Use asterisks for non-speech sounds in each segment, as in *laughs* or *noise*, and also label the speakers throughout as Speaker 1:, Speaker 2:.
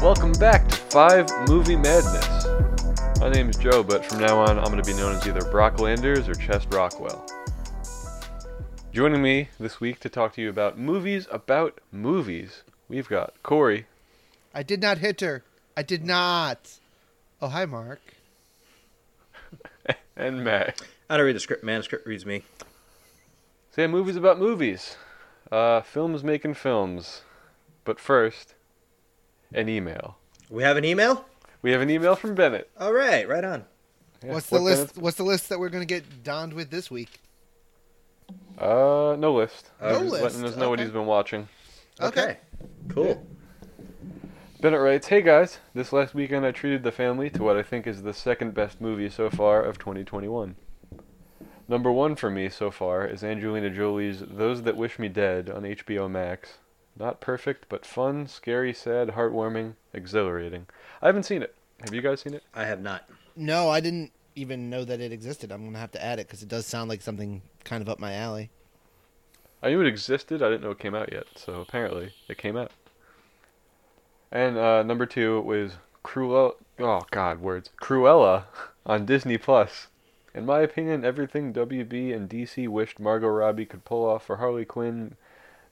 Speaker 1: welcome back to Five Movie Madness. My name is Joe, but from now on, I'm going to be known as either Brock Landers or Chess Rockwell. Joining me this week to talk to you about movies about movies, we've got Corey.
Speaker 2: I did not hit her. I did not. Oh, hi, Mark.
Speaker 1: and Matt.
Speaker 3: I don't read the script, man. The script reads me.
Speaker 1: Say movies about movies. Uh, films making films. But first, an email.
Speaker 3: We have an email?
Speaker 1: We have an email from Bennett.
Speaker 3: All right, right on.
Speaker 1: Yeah,
Speaker 2: what's the
Speaker 1: what
Speaker 2: list? What's the list that we're gonna get donned with this week?
Speaker 1: Bennett- Uh, no list.
Speaker 2: No
Speaker 1: He's
Speaker 2: list,
Speaker 1: Letting us know what
Speaker 2: okay.
Speaker 1: he's been watching.
Speaker 2: Okay.
Speaker 3: Cool.
Speaker 1: Bennett writes, Hey guys, this last weekend I treated the family to what I think is the second best movie so far of 2021. Number one for me so far is Angelina Jolie's Those That Wish Me Dead on HBO Max. Not perfect, but fun, scary, sad, heartwarming, exhilarating. I haven't seen it. Have you guys seen it?
Speaker 3: I have not.
Speaker 2: No, I didn't even know that it existed. I'm gonna have to add it because it does sound like something kind of up my alley.
Speaker 1: I knew it existed. I didn't know it came out yet. So apparently, it came out. And uh, number two was Cruella. Oh God, words. Cruella on Disney Plus. In my opinion, everything WB and DC wished Margot Robbie could pull off for Harley Quinn,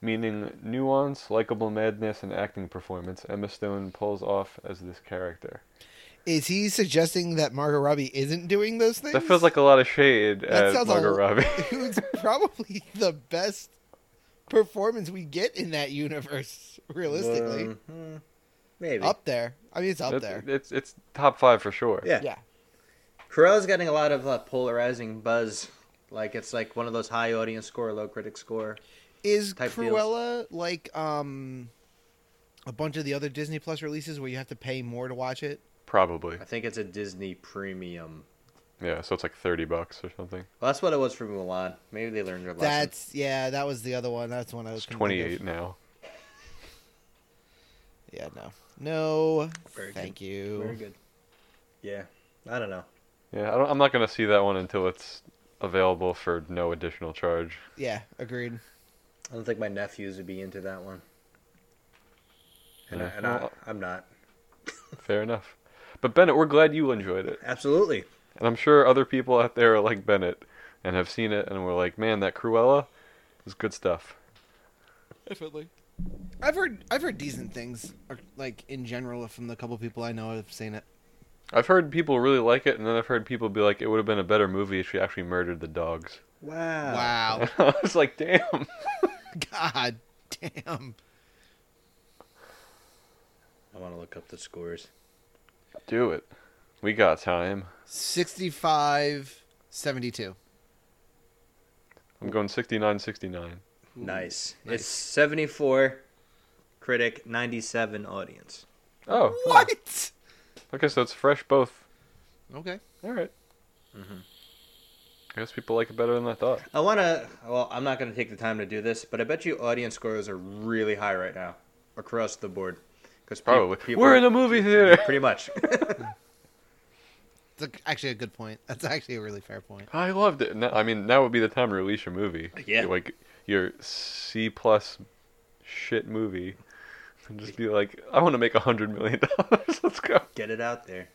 Speaker 1: meaning nuance, likable madness, and acting performance, Emma Stone pulls off as this character.
Speaker 2: Is he suggesting that Margot Robbie isn't doing those things?
Speaker 1: That feels like a lot of shade
Speaker 2: That
Speaker 1: at
Speaker 2: sounds a
Speaker 1: Margot
Speaker 2: l-
Speaker 1: Robbie.
Speaker 2: *laughs* it was probably the best performance we get in that universe. Realistically,
Speaker 3: Um, hmm, maybe.
Speaker 2: up there. I mean, it's *laughs* up
Speaker 1: It's-
Speaker 2: there.
Speaker 1: It's it's top five for sure.
Speaker 3: Yeah.
Speaker 2: yeah.
Speaker 3: Cruella's getting a lot of uh, polarizing buzz. Like it's like one of those high audience score, low critic score.
Speaker 2: Is
Speaker 3: type deals.
Speaker 2: Cruella like um a bunch of the other Disney Plus releases where you have to pay more to watch it?
Speaker 1: Probably.
Speaker 3: I think it's a Disney premium.
Speaker 1: Yeah. So it's like thirty bucks or something.
Speaker 3: Well, that's what it was for Mulan. Maybe they learned their lesson.
Speaker 2: That's yeah, that was the other one. That's the one I was
Speaker 1: It's
Speaker 2: gonna think
Speaker 1: 28 now.
Speaker 2: of. Yeah, no, no,
Speaker 3: Very
Speaker 2: thank
Speaker 3: good.
Speaker 2: you.
Speaker 3: very good. Yeah. I don't know.
Speaker 1: Yeah, I don't, I'm not gonna see that one until it's available for no additional charge.
Speaker 2: Yeah, agreed.
Speaker 3: I don't think my nephews would be into that one. And, I,
Speaker 1: Yeah.
Speaker 3: and I,
Speaker 1: Well,
Speaker 3: I'm not.
Speaker 1: Fair enough. But Bennett, we're glad you enjoyed it,
Speaker 3: Absolutely.
Speaker 1: and I'm sure other people out there are like Bennett and have seen it and were like, "Man, that Cruella is good stuff."
Speaker 2: Definitely. I've heard I've heard decent things, or, like in general, from the couple people I know have seen it.
Speaker 1: I've heard people really like it, and then I've heard people be like, "It would have been a better movie if she actually murdered the dogs." *laughs*
Speaker 3: Wow.
Speaker 2: Wow,
Speaker 1: I was like, "Damn."
Speaker 2: God damn.
Speaker 3: I want to look up the scores.
Speaker 1: Do it. We got time.
Speaker 2: 65 72.
Speaker 1: I'm going 69 69.
Speaker 3: Nice.
Speaker 2: Nice.
Speaker 3: It's 74 critic, 97 audience.
Speaker 1: Oh.
Speaker 2: What?
Speaker 1: Okay, so it's fresh both.
Speaker 2: Okay.
Speaker 1: All right. Mm-hmm. I guess people like it better than I thought.
Speaker 3: I want to, well, I'm not going to take the time to do this, but I bet you audience scores are really high right now across the board. Because
Speaker 1: Probably. We're
Speaker 3: *laughs*
Speaker 1: in a movie theater. *laughs*
Speaker 3: Pretty much. *laughs*
Speaker 2: It's a, actually a good point. That's actually a really fair point.
Speaker 1: I loved it. Now, I mean, now would be the time to release your movie.
Speaker 3: Yeah.
Speaker 1: Like your C plus shit movie, and just be like, I want to make a hundred million dollars. *laughs* Let's go.
Speaker 3: Get it out there.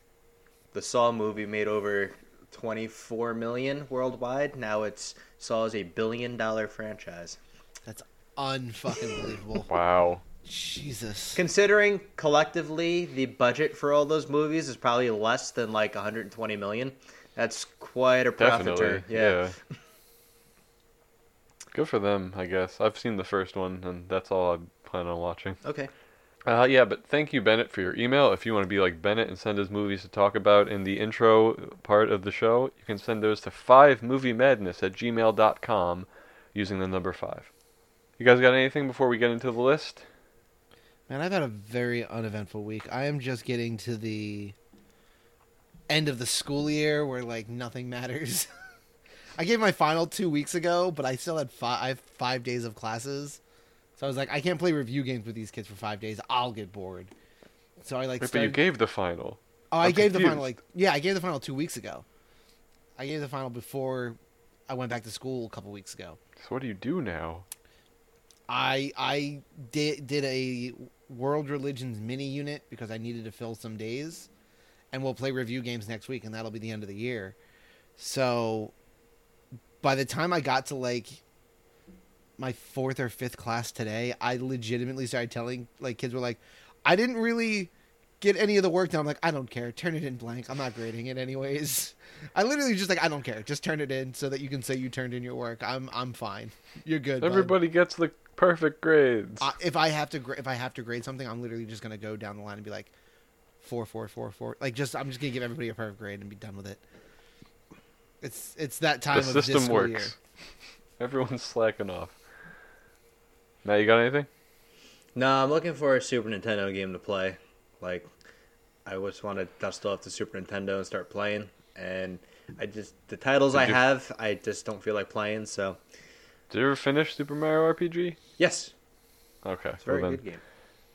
Speaker 3: The Saw movie made over 24 million worldwide. Now it's Saw is a billion dollar franchise.
Speaker 2: That's unfucking believable.
Speaker 1: *laughs* Wow.
Speaker 2: Jesus.
Speaker 3: Considering collectively the budget for all those movies is probably less than like 120 million, that's quite a profit
Speaker 1: Definitely.
Speaker 3: turn. Yeah.
Speaker 1: yeah. Good for them, I guess. I've seen the first one, and that's all I plan on watching.
Speaker 3: Okay.
Speaker 1: Uh, yeah, but thank you, Bennett, for your email. If you want to be like Bennett and send us movies to talk about in the intro part of the show, you can send those to 5moviemadness at gmail.com using the number 5. You guys got anything before we get into the list?
Speaker 2: Man, I've had a very uneventful week. I am just getting to the end of the school year where like nothing matters. *laughs* I gave my final two weeks ago, but I still had five five days of classes. So I was like, I can't play review games with these kids for five days. I'll get bored. So I like.
Speaker 1: Wait, but you
Speaker 2: started-
Speaker 1: gave the final.
Speaker 2: oh, I
Speaker 1: I'm
Speaker 2: gave the final
Speaker 1: confused.
Speaker 2: like yeah, I gave the final two weeks ago. I gave the final before I went back to school a couple weeks ago.
Speaker 1: So what do you do now?
Speaker 2: I I did did a World Religions mini unit because I needed to fill some days, and we'll play review games next week, and that'll be the end of the year. So, by the time I got to like my fourth or fifth class today, I legitimately started telling like kids were like, I didn't really get any of the work done. I'm like, I don't care. Turn it in blank. I'm not grading it anyways. *laughs* I literally just like I don't care. Just turn it in so that you can say you turned in your work. I'm I'm fine. You're good. bud."
Speaker 1: Everybody gets the perfect grades.
Speaker 2: I, if I have to gra- if I have to grade something, I'm literally just gonna go down the line and be like four four four four. Like just I'm just gonna give everybody a perfect grade and be done with it. It's it's that time
Speaker 1: the
Speaker 2: of this
Speaker 1: system
Speaker 2: school year.
Speaker 1: works. *laughs* Everyone's slacking off. Now you got anything?
Speaker 3: No, I'm looking for a Super Nintendo game to play. Like, I just want to dust off the Super Nintendo and start playing. And I just the titles
Speaker 1: Did
Speaker 3: I
Speaker 1: you-
Speaker 3: have, I just don't feel like playing. So
Speaker 1: Did you ever finish Super Mario RPG?
Speaker 3: yes,
Speaker 1: Okay.
Speaker 3: it's a very
Speaker 1: well then,
Speaker 3: good game.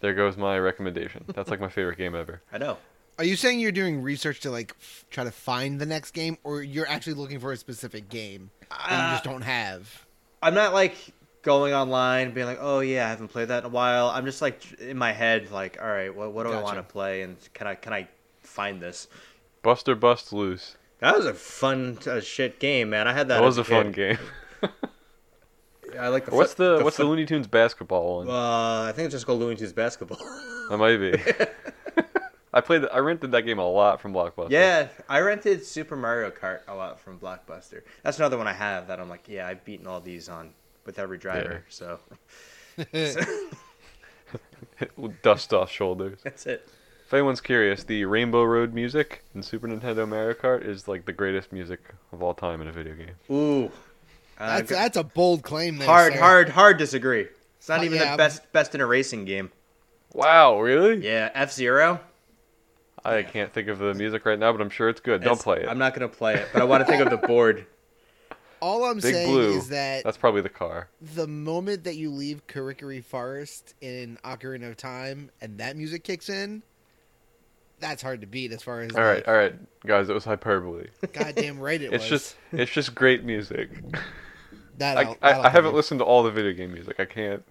Speaker 1: there goes my recommendation. That's like my favorite game ever.
Speaker 3: I know.
Speaker 2: Are you saying you're doing research to like f- try to find the next game, or you're actually looking for a specific game and you
Speaker 3: Uh,
Speaker 2: just don't
Speaker 3: *laughs*
Speaker 2: have? *laughs*
Speaker 3: I'm not like going online being like, oh yeah, I haven't played that in a while. I'm just like in my head, like, all right, what what do I
Speaker 2: Gotcha.
Speaker 3: want to play, and can I can I find this?
Speaker 1: Buster Bust Loose.
Speaker 3: That was a fun uh, shit game, man. I had that.
Speaker 1: That was
Speaker 3: as
Speaker 1: a
Speaker 3: kid.
Speaker 1: fun game.
Speaker 3: I like the.
Speaker 1: *laughs* What's
Speaker 3: foot-
Speaker 1: the What's the
Speaker 3: foot-
Speaker 1: Looney Tunes basketball one?
Speaker 3: Uh, I think it's just called Looney
Speaker 1: *laughs*
Speaker 3: Tunes Basketball.
Speaker 1: That might be. I played. I rented that game a lot from Blockbuster. *laughs*
Speaker 3: yeah, I rented Super Mario Kart a lot from Blockbuster. That's another one I have that I'm like, yeah, I've beaten all these on with every driver. So *laughs*
Speaker 1: Dust off shoulders.
Speaker 3: that's it.
Speaker 1: If anyone's curious, the Rainbow Road music in Super Nintendo Mario Kart is like the greatest music of all time in a video game.
Speaker 3: Ooh, uh,
Speaker 2: That's that's a bold claim. There,
Speaker 3: hard,
Speaker 2: sir.
Speaker 3: hard, hard. Disagree. It's not
Speaker 2: Uh,
Speaker 3: even
Speaker 2: yeah,
Speaker 3: the
Speaker 2: I'm-
Speaker 3: best best in a racing game.
Speaker 1: Wow, really?
Speaker 3: Yeah, F Zero.
Speaker 1: I can't think of the music right now, but I'm sure it's good. Don't play it.
Speaker 3: I'm not gonna play it, but I want to think of the *laughs* board.
Speaker 2: All I'm
Speaker 1: Big
Speaker 2: saying
Speaker 1: Blue.
Speaker 2: is that
Speaker 1: That's probably the car.
Speaker 2: the moment that you leave Karikiri Forest in Ocarina of Time and that music kicks in, that's hard to beat as far as
Speaker 1: All right, all right, guys. It was hyperbole.
Speaker 2: like, goddamn right
Speaker 1: *laughs*
Speaker 2: it
Speaker 1: It's
Speaker 2: was.
Speaker 1: just, it's just great music.
Speaker 2: that
Speaker 1: I,
Speaker 2: I'll- that'll
Speaker 1: I, I haven't
Speaker 2: give you.
Speaker 1: listened to all the video game music. I can't.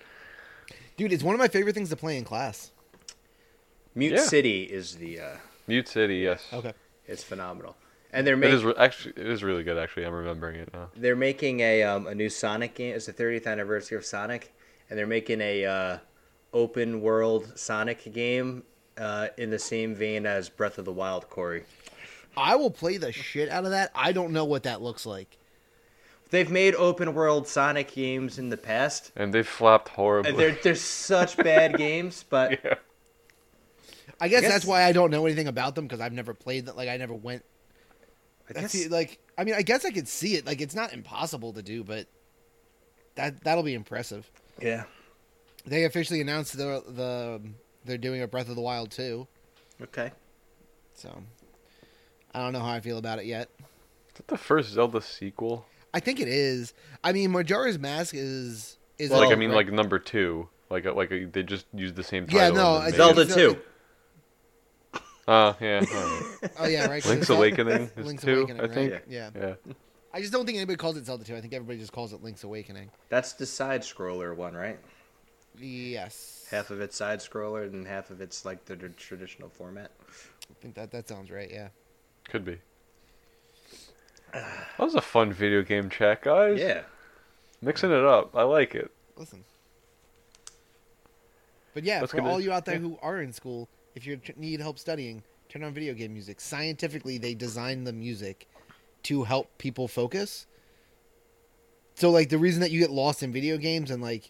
Speaker 2: Dude, it's one of my favorite things to play in class.
Speaker 3: Mute
Speaker 1: Yeah.
Speaker 3: City is the uh,
Speaker 1: Mute City, yes.
Speaker 2: Okay.
Speaker 3: is phenomenal, and they're
Speaker 1: It
Speaker 3: making
Speaker 1: is re- actually, it is really good. Actually, I'm remembering it now.
Speaker 3: they're making a um, a new Sonic game. It's the 30th anniversary of Sonic, and they're making a uh, open world Sonic game uh, in the same vein as Breath of the Wild. Corey,
Speaker 2: I will play the shit out of that. I don't know what that looks like.
Speaker 3: they've made open world Sonic games in the past,
Speaker 1: And they flopped horribly.
Speaker 3: and they're they're such *laughs* bad games.
Speaker 1: *laughs*
Speaker 3: But
Speaker 1: yeah.
Speaker 2: I guess,
Speaker 3: guess-
Speaker 2: that's why I don't know anything about them because I've never played that. Like I never went.
Speaker 3: I
Speaker 2: That's
Speaker 3: guess-
Speaker 2: the- like I mean I guess I could see it. Like it's not impossible to do, but that that'll be impressive.
Speaker 3: yeah,
Speaker 2: They officially announced the the they're doing a Breath of the Wild too.
Speaker 3: okay.
Speaker 2: So I don't know how I feel about it yet.
Speaker 1: Is that the first Zelda sequel?
Speaker 2: I think it is. I mean, Majora's Mask is is
Speaker 3: Well-
Speaker 1: like I
Speaker 2: old,
Speaker 1: mean,
Speaker 2: right?
Speaker 1: like number two. Like uh, like uh, they just used the same title.
Speaker 2: Yeah,
Speaker 1: and
Speaker 2: no,
Speaker 1: then
Speaker 2: I-
Speaker 1: made it.
Speaker 3: Zelda
Speaker 2: Zelda-
Speaker 3: two.
Speaker 1: Uh, yeah.
Speaker 2: *laughs*
Speaker 1: alright.
Speaker 2: oh yeah, right. 'cause
Speaker 1: Link's
Speaker 2: it's-
Speaker 1: Awakening is
Speaker 2: Link's
Speaker 1: two,
Speaker 2: Awakening,
Speaker 1: I
Speaker 2: right?
Speaker 1: think.
Speaker 2: Yeah.
Speaker 1: Yeah.
Speaker 2: I just don't think anybody calls it Zelda two. I think everybody just calls it Link's Awakening.
Speaker 3: That's the side scroller one, right?
Speaker 2: Yes,
Speaker 3: Half of it's side scroller, and half of it's like the tr- traditional format.
Speaker 2: I think that that sounds right. Yeah.
Speaker 1: Could be. That was a fun video game chat, guys.
Speaker 3: Yeah.
Speaker 1: Mixing it up. I like it.
Speaker 2: Listen. But yeah,
Speaker 1: Let's
Speaker 2: for
Speaker 1: get
Speaker 2: all
Speaker 1: it-
Speaker 2: you out there
Speaker 1: yeah.
Speaker 2: who are in school, if you tr- need help studying, turn on video game music. Scientifically, they design the music to help people focus. So like the reason that you get lost in video games and like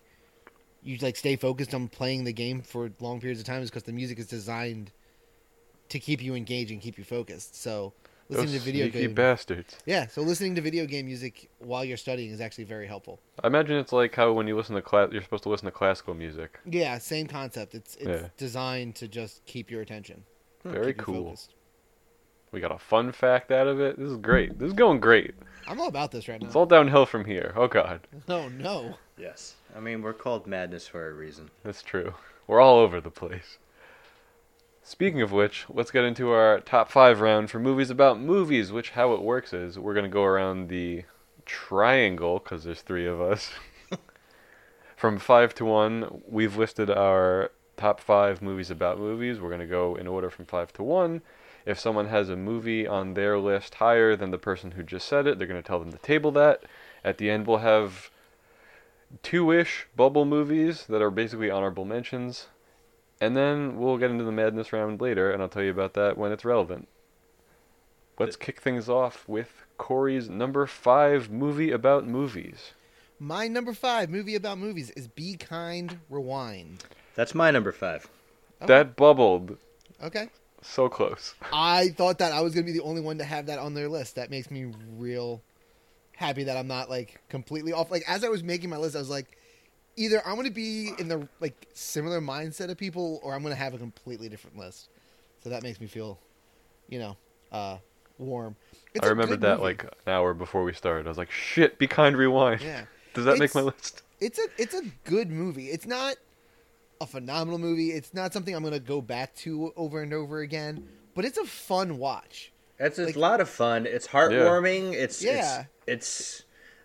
Speaker 2: you like stay focused on playing the game for long periods of time is because the music is designed to keep you engaged and keep you focused. So listening
Speaker 1: Those
Speaker 2: to video
Speaker 1: sneaky
Speaker 2: game,
Speaker 1: bastards.
Speaker 2: yeah. So listening to video game music while you're studying is actually very helpful.
Speaker 1: I imagine it's like how when you listen to class, you're supposed to listen to classical music.
Speaker 2: Yeah, same concept. It's it's
Speaker 1: Yeah.
Speaker 2: designed to just keep your attention.
Speaker 1: Very
Speaker 2: Hmm, keep you
Speaker 1: cool.
Speaker 2: focused.
Speaker 1: We got a fun fact out of it. This is great. This is going great.
Speaker 2: I'm all about this right
Speaker 1: It's
Speaker 2: now.
Speaker 1: all downhill from here. Oh God,
Speaker 2: *laughs* Oh no.
Speaker 3: Yes. I mean, we're called madness for a reason.
Speaker 1: that's true. We're all over the place. Speaking of which, let's get into our top five round for movies about movies. Which how it works is we're gonna go around the triangle because *laughs* there's three of us. from five to one, we've listed our top five movies about movies. We're going to go in order from five to one. If someone has a movie on their list higher than the person who just said it, they're going to tell them to table that. At the end, we'll have two ish bubble movies that are basically honorable mentions. And then we'll get into the madness round later, and I'll tell you about that when it's relevant. Let's kick things off with Corey's number five movie about movies.
Speaker 2: My number five movie about movies is Be Kind, Rewind.
Speaker 3: That's my number five.
Speaker 2: Okay.
Speaker 1: That bubbled
Speaker 2: Okay.
Speaker 1: so close.
Speaker 2: I thought that I was going to be the only one to have that on their list. That makes me real happy that I'm not like completely off. Like as I was making my list, I was like, either I'm going to be in the like similar mindset of people, or I'm going to have a completely different list. So that makes me feel, you know, uh, warm. It's
Speaker 1: I
Speaker 2: a
Speaker 1: remembered
Speaker 2: good
Speaker 1: that
Speaker 2: movie.
Speaker 1: like an hour before we started. I was like, "Shit, be kind, rewind."
Speaker 2: Yeah.
Speaker 1: Does that make
Speaker 2: It's-
Speaker 1: my list?
Speaker 2: it's a it's a good movie. It's not a phenomenal movie. It's not something I'm gonna go back to over and over again. But it's a fun watch.
Speaker 3: That's
Speaker 2: Like-
Speaker 3: a lot of fun. It's heartwarming. It's
Speaker 2: Yeah.
Speaker 3: It's, it's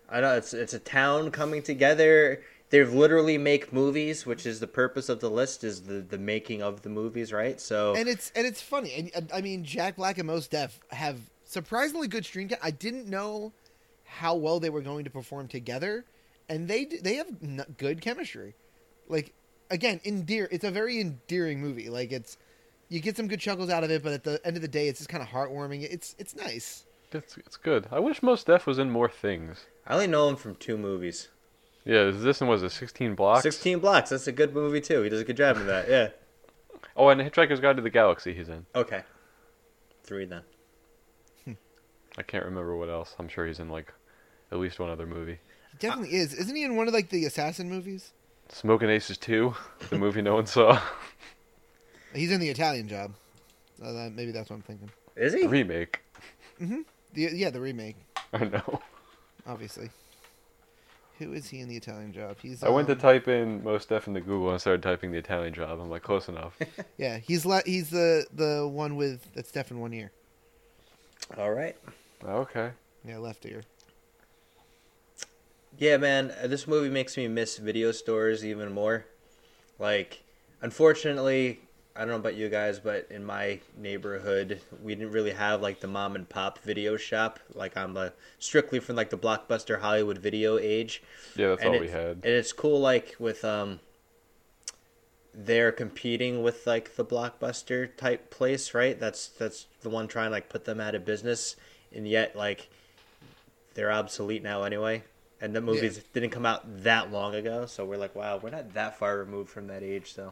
Speaker 3: I know it's it's a town coming together. They literally make movies, which is the purpose of the list is the the making of the movies, right? So
Speaker 2: And it's and it's funny. And, And I mean, Jack Black and Most Def have surprisingly good stream count. I didn't know how well they were going to perform together, and they d- they have n- good chemistry. Like again, endear. It's a very endearing movie. Like it's you get some good chuckles out of it, but at the end of the day, it's just kind of heartwarming. It's it's nice.
Speaker 1: It's it's good. I wish most Def was in more things.
Speaker 3: I only know him from two movies.
Speaker 1: Yeah, is this one was a 16 blocks.
Speaker 3: Sixteen Blocks. That's a good movie too. He does a good job in that. Yeah.
Speaker 1: Oh, and Hitchhiker's Guide to the Galaxy. He's in.
Speaker 3: Okay. Three then.
Speaker 1: I can't remember what else. I'm sure he's in like at least one other movie.
Speaker 2: He definitely is. Isn't he in one of like the assassin movies?
Speaker 1: Smoking Aces 2, the movie no one saw. *laughs*
Speaker 2: He's in the Italian job. Uh, that, maybe that's what I'm thinking.
Speaker 3: Is he?
Speaker 1: Remake.
Speaker 2: The, yeah, the remake,
Speaker 1: I know.
Speaker 2: obviously. Who is he in the Italian job? He's.
Speaker 1: I went to
Speaker 2: um,
Speaker 1: type in most Def into Google and started typing the Italian job. I'm like, close
Speaker 3: *laughs*
Speaker 1: enough.
Speaker 2: yeah, he's la- he's the the one with that's deaf in one ear.
Speaker 3: All right.
Speaker 1: Ah, okay.
Speaker 2: Yeah, left ear.
Speaker 3: Yeah, man, uh, this movie makes me miss video stores even more. Like, unfortunately, I don't know about you guys, but in my neighborhood, we didn't really have like the mom and pop video shop. Like, I'm uh, strictly from like the blockbuster Hollywood video age.
Speaker 1: Yeah, that's
Speaker 3: And
Speaker 1: all we
Speaker 3: it's-
Speaker 1: had.
Speaker 3: And it's cool, like with um, they're competing with like the blockbuster type place, right? That's that's the one trying to like put them out of business, and yet like they're obsolete now anyway. And the movies didn't come out that long ago, so we're like, wow, we're not that far removed from that age. So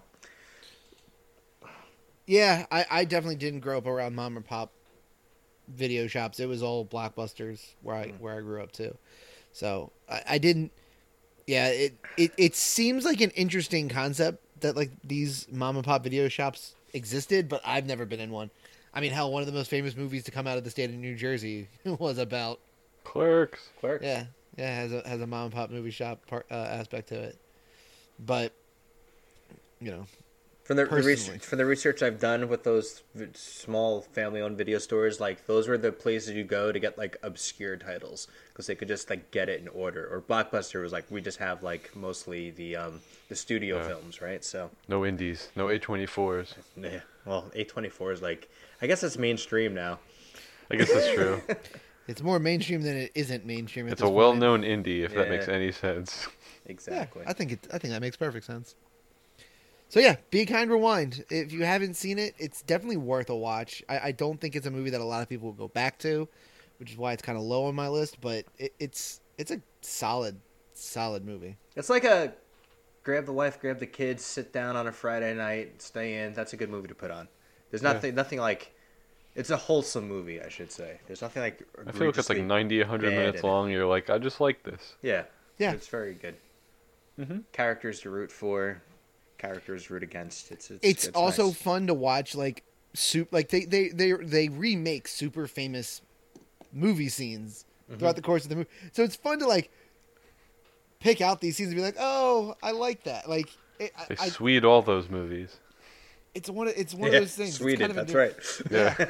Speaker 2: Yeah, I, I definitely didn't grow up around mom and pop video shops. It was all blockbusters where I where I grew up too. So I, I didn't. Yeah, it, it it seems like an interesting concept that like these mom and pop video shops existed, but I've never been in one. I mean, hell, one of the most famous movies to come out of the state of New Jersey *laughs* was about
Speaker 1: Clerks.
Speaker 3: Clark,
Speaker 2: yeah, yeah, has a has a mom and pop movie shop part, uh, aspect to it, but you know,
Speaker 3: from the, the
Speaker 2: Personally.
Speaker 3: research, from the research I've done with those v- small family-owned video stores, like those were the places you go to get like obscure titles because they could just like get it in order. Or Blockbuster was like we just have like mostly the um the studio
Speaker 1: Yeah.
Speaker 3: films, right? So
Speaker 1: No indies. No A24s.
Speaker 3: yeah, well, A twenty four is like I guess it's mainstream now.
Speaker 1: I guess that's
Speaker 3: *laughs*
Speaker 1: true.
Speaker 2: it's more mainstream than it isn't mainstream. At
Speaker 1: It's
Speaker 2: this
Speaker 1: a
Speaker 2: point.
Speaker 1: well-known indie, if that makes
Speaker 3: Yeah.
Speaker 1: any sense.
Speaker 3: Exactly.
Speaker 2: Yeah, I think it. I think that makes perfect sense. So yeah, be kind. Rewind. If you haven't seen it, it's definitely worth a watch. I, I don't think it's a movie that a lot of people will go back to, which is why it's kind of low on my list. But it, it's it's a solid, solid movie.
Speaker 3: It's like a grab the wife, grab the kids, sit down on a Friday night, stay in. That's a good movie to put on. There's nothing, nothing like. It's a wholesome movie, I should say. There's nothing like.
Speaker 1: I feel like it's like
Speaker 3: egregiously-
Speaker 1: 90, 100
Speaker 3: bad
Speaker 1: minutes
Speaker 3: at it.
Speaker 1: long. You're like, I just like this.
Speaker 3: Yeah.
Speaker 2: Yeah.
Speaker 3: It's very good.
Speaker 1: Mhm.
Speaker 3: Characters to root for, characters to root against. It's it's,
Speaker 2: It's, also
Speaker 3: nice.
Speaker 2: fun to watch. Like soup. Like they they they they remake super famous movie scenes
Speaker 1: Mm-hmm.
Speaker 2: throughout the course of the movie. So it's fun to like pick out these scenes and be like, oh, I like that. Like. It, I,
Speaker 1: They
Speaker 2: I,
Speaker 1: swede all those movies.
Speaker 2: It's one. Of, it's one
Speaker 3: *laughs* Yeah,
Speaker 2: of those things.
Speaker 3: Sweden,
Speaker 2: it's kind of
Speaker 3: that's
Speaker 2: a new,
Speaker 3: right.
Speaker 2: *laughs*
Speaker 1: Yeah.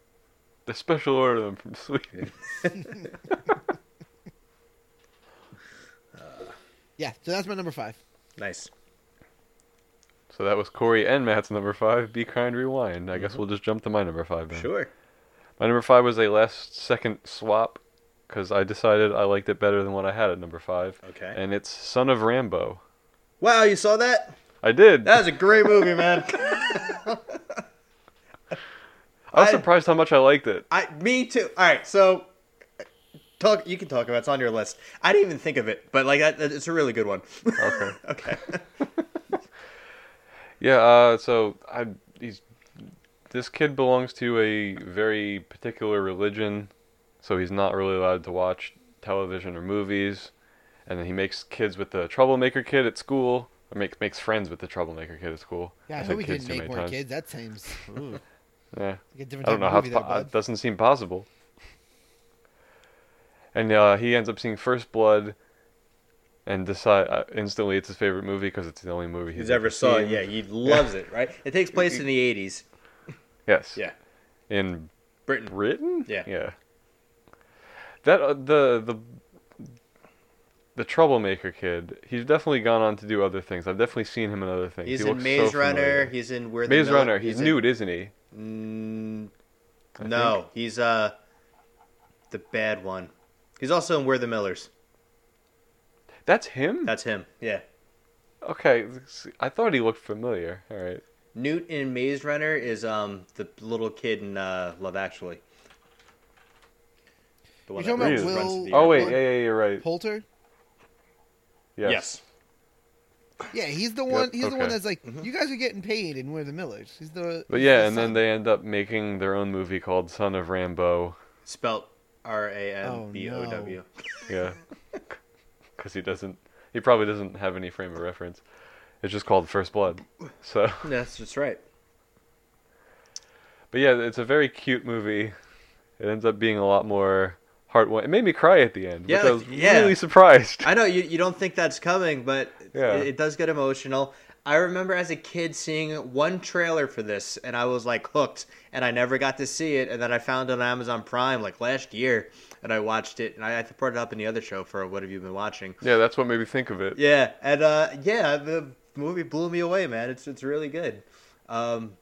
Speaker 1: *laughs* the special order them from *laughs* Sweden.
Speaker 2: Yeah. So that's my number five.
Speaker 3: nice.
Speaker 1: So that was Corey and Matt's number five. Be kind, rewind. I guess we'll just jump to my number five then.
Speaker 3: Mm-hmm. Sure.
Speaker 1: My number five was a last second swap because I decided I liked it better than what I had at number five,
Speaker 3: Okay.
Speaker 1: and it's Son of Rambo.
Speaker 3: wow, you saw that?
Speaker 1: I did.
Speaker 3: That was a
Speaker 2: *laughs*
Speaker 3: great movie, man.
Speaker 1: I was
Speaker 3: I-
Speaker 1: surprised how much I liked it.
Speaker 3: I me too. All right, so talk. You can talk about. it. It's on your list. I didn't even think of it, but like that, that- it's a really good one.
Speaker 1: Okay.
Speaker 3: *laughs*
Speaker 1: *laughs*
Speaker 3: okay.
Speaker 1: Yeah, uh, so I he's this kid belongs to a very particular religion, so he's not really allowed to watch television or movies. And then he makes kids with the troublemaker kid at school, or makes makes friends with the troublemaker kid at school.
Speaker 2: Yeah, I
Speaker 1: said
Speaker 2: hope we
Speaker 1: kids
Speaker 2: didn't
Speaker 1: too
Speaker 2: make
Speaker 1: many
Speaker 2: more
Speaker 1: times.
Speaker 2: kids. That seems
Speaker 1: *laughs*
Speaker 2: ooh, like
Speaker 1: Yeah.
Speaker 2: a different
Speaker 1: I
Speaker 2: type
Speaker 1: don't know
Speaker 2: of
Speaker 1: how
Speaker 2: movie.
Speaker 1: it
Speaker 2: There, bud.
Speaker 1: doesn't seem possible. And uh, he ends up seeing First Blood, and decide uh, instantly it's his favorite movie because it's the only movie he's,
Speaker 3: He's ever saw it.
Speaker 1: seen.
Speaker 3: Yeah, he loves it. Right. It takes place in the eighties.
Speaker 1: Yes.
Speaker 3: Yeah.
Speaker 1: In
Speaker 3: Britain.
Speaker 1: Britain.
Speaker 3: Yeah.
Speaker 1: Yeah. That uh, the the the troublemaker kid. He's definitely gone on to do other things. I've definitely seen him in other things.
Speaker 3: He's
Speaker 1: He
Speaker 3: in
Speaker 1: looks so
Speaker 3: Maze Runner.
Speaker 1: familiar.
Speaker 3: He's in Where
Speaker 1: Maze
Speaker 3: the Mil-
Speaker 1: Runner. He's,
Speaker 3: in-
Speaker 1: nude, isn't he?
Speaker 3: Mm,
Speaker 1: I
Speaker 3: no, he's uh the bad one. He's also in Where the Millers.
Speaker 1: That's him.
Speaker 3: That's him. Yeah.
Speaker 1: Okay. I thought he looked familiar. All right.
Speaker 3: Newt in Maze Runner is um the little kid in uh, Love Actually. The
Speaker 2: You're
Speaker 3: that
Speaker 1: talking about
Speaker 3: runs
Speaker 2: Will-
Speaker 3: through the
Speaker 1: Oh
Speaker 3: airport.
Speaker 1: wait. Yeah. Yeah. You're right.
Speaker 2: Poulter.
Speaker 1: Yes.
Speaker 2: Yeah, he's the one. He's the one
Speaker 1: okay. Mm-hmm.
Speaker 2: that's like, you guys are getting paid, and we're the Millers. He's the.
Speaker 1: But
Speaker 2: he's
Speaker 1: yeah,
Speaker 2: the
Speaker 1: and then
Speaker 2: son.
Speaker 1: they end up making their own movie called Son of Rambo.
Speaker 3: Spelt R A M B O W. *laughs*
Speaker 1: Yeah. Because he doesn't. He probably doesn't have any frame of reference. It's just called First Blood. So.
Speaker 3: *laughs* That's that's right.
Speaker 1: But yeah, it's a very cute movie. It ends up being a lot more heartwarming. It made me cry at the end,
Speaker 3: Yeah,
Speaker 1: which I was
Speaker 3: yeah.
Speaker 1: really surprised.
Speaker 3: I know you, you don't think that's coming, but
Speaker 1: Yeah.
Speaker 3: it, it does get emotional. I remember as a kid seeing one trailer for this, and I was like hooked, and I never got to see it. And then I found it on Amazon Prime like last year, and I watched it, and I, I brought it up in the other show for what have you been watching?
Speaker 1: Yeah, that's what made me think of it.
Speaker 3: Yeah, and uh, yeah, the movie blew me away, man. It's it's really good. Um,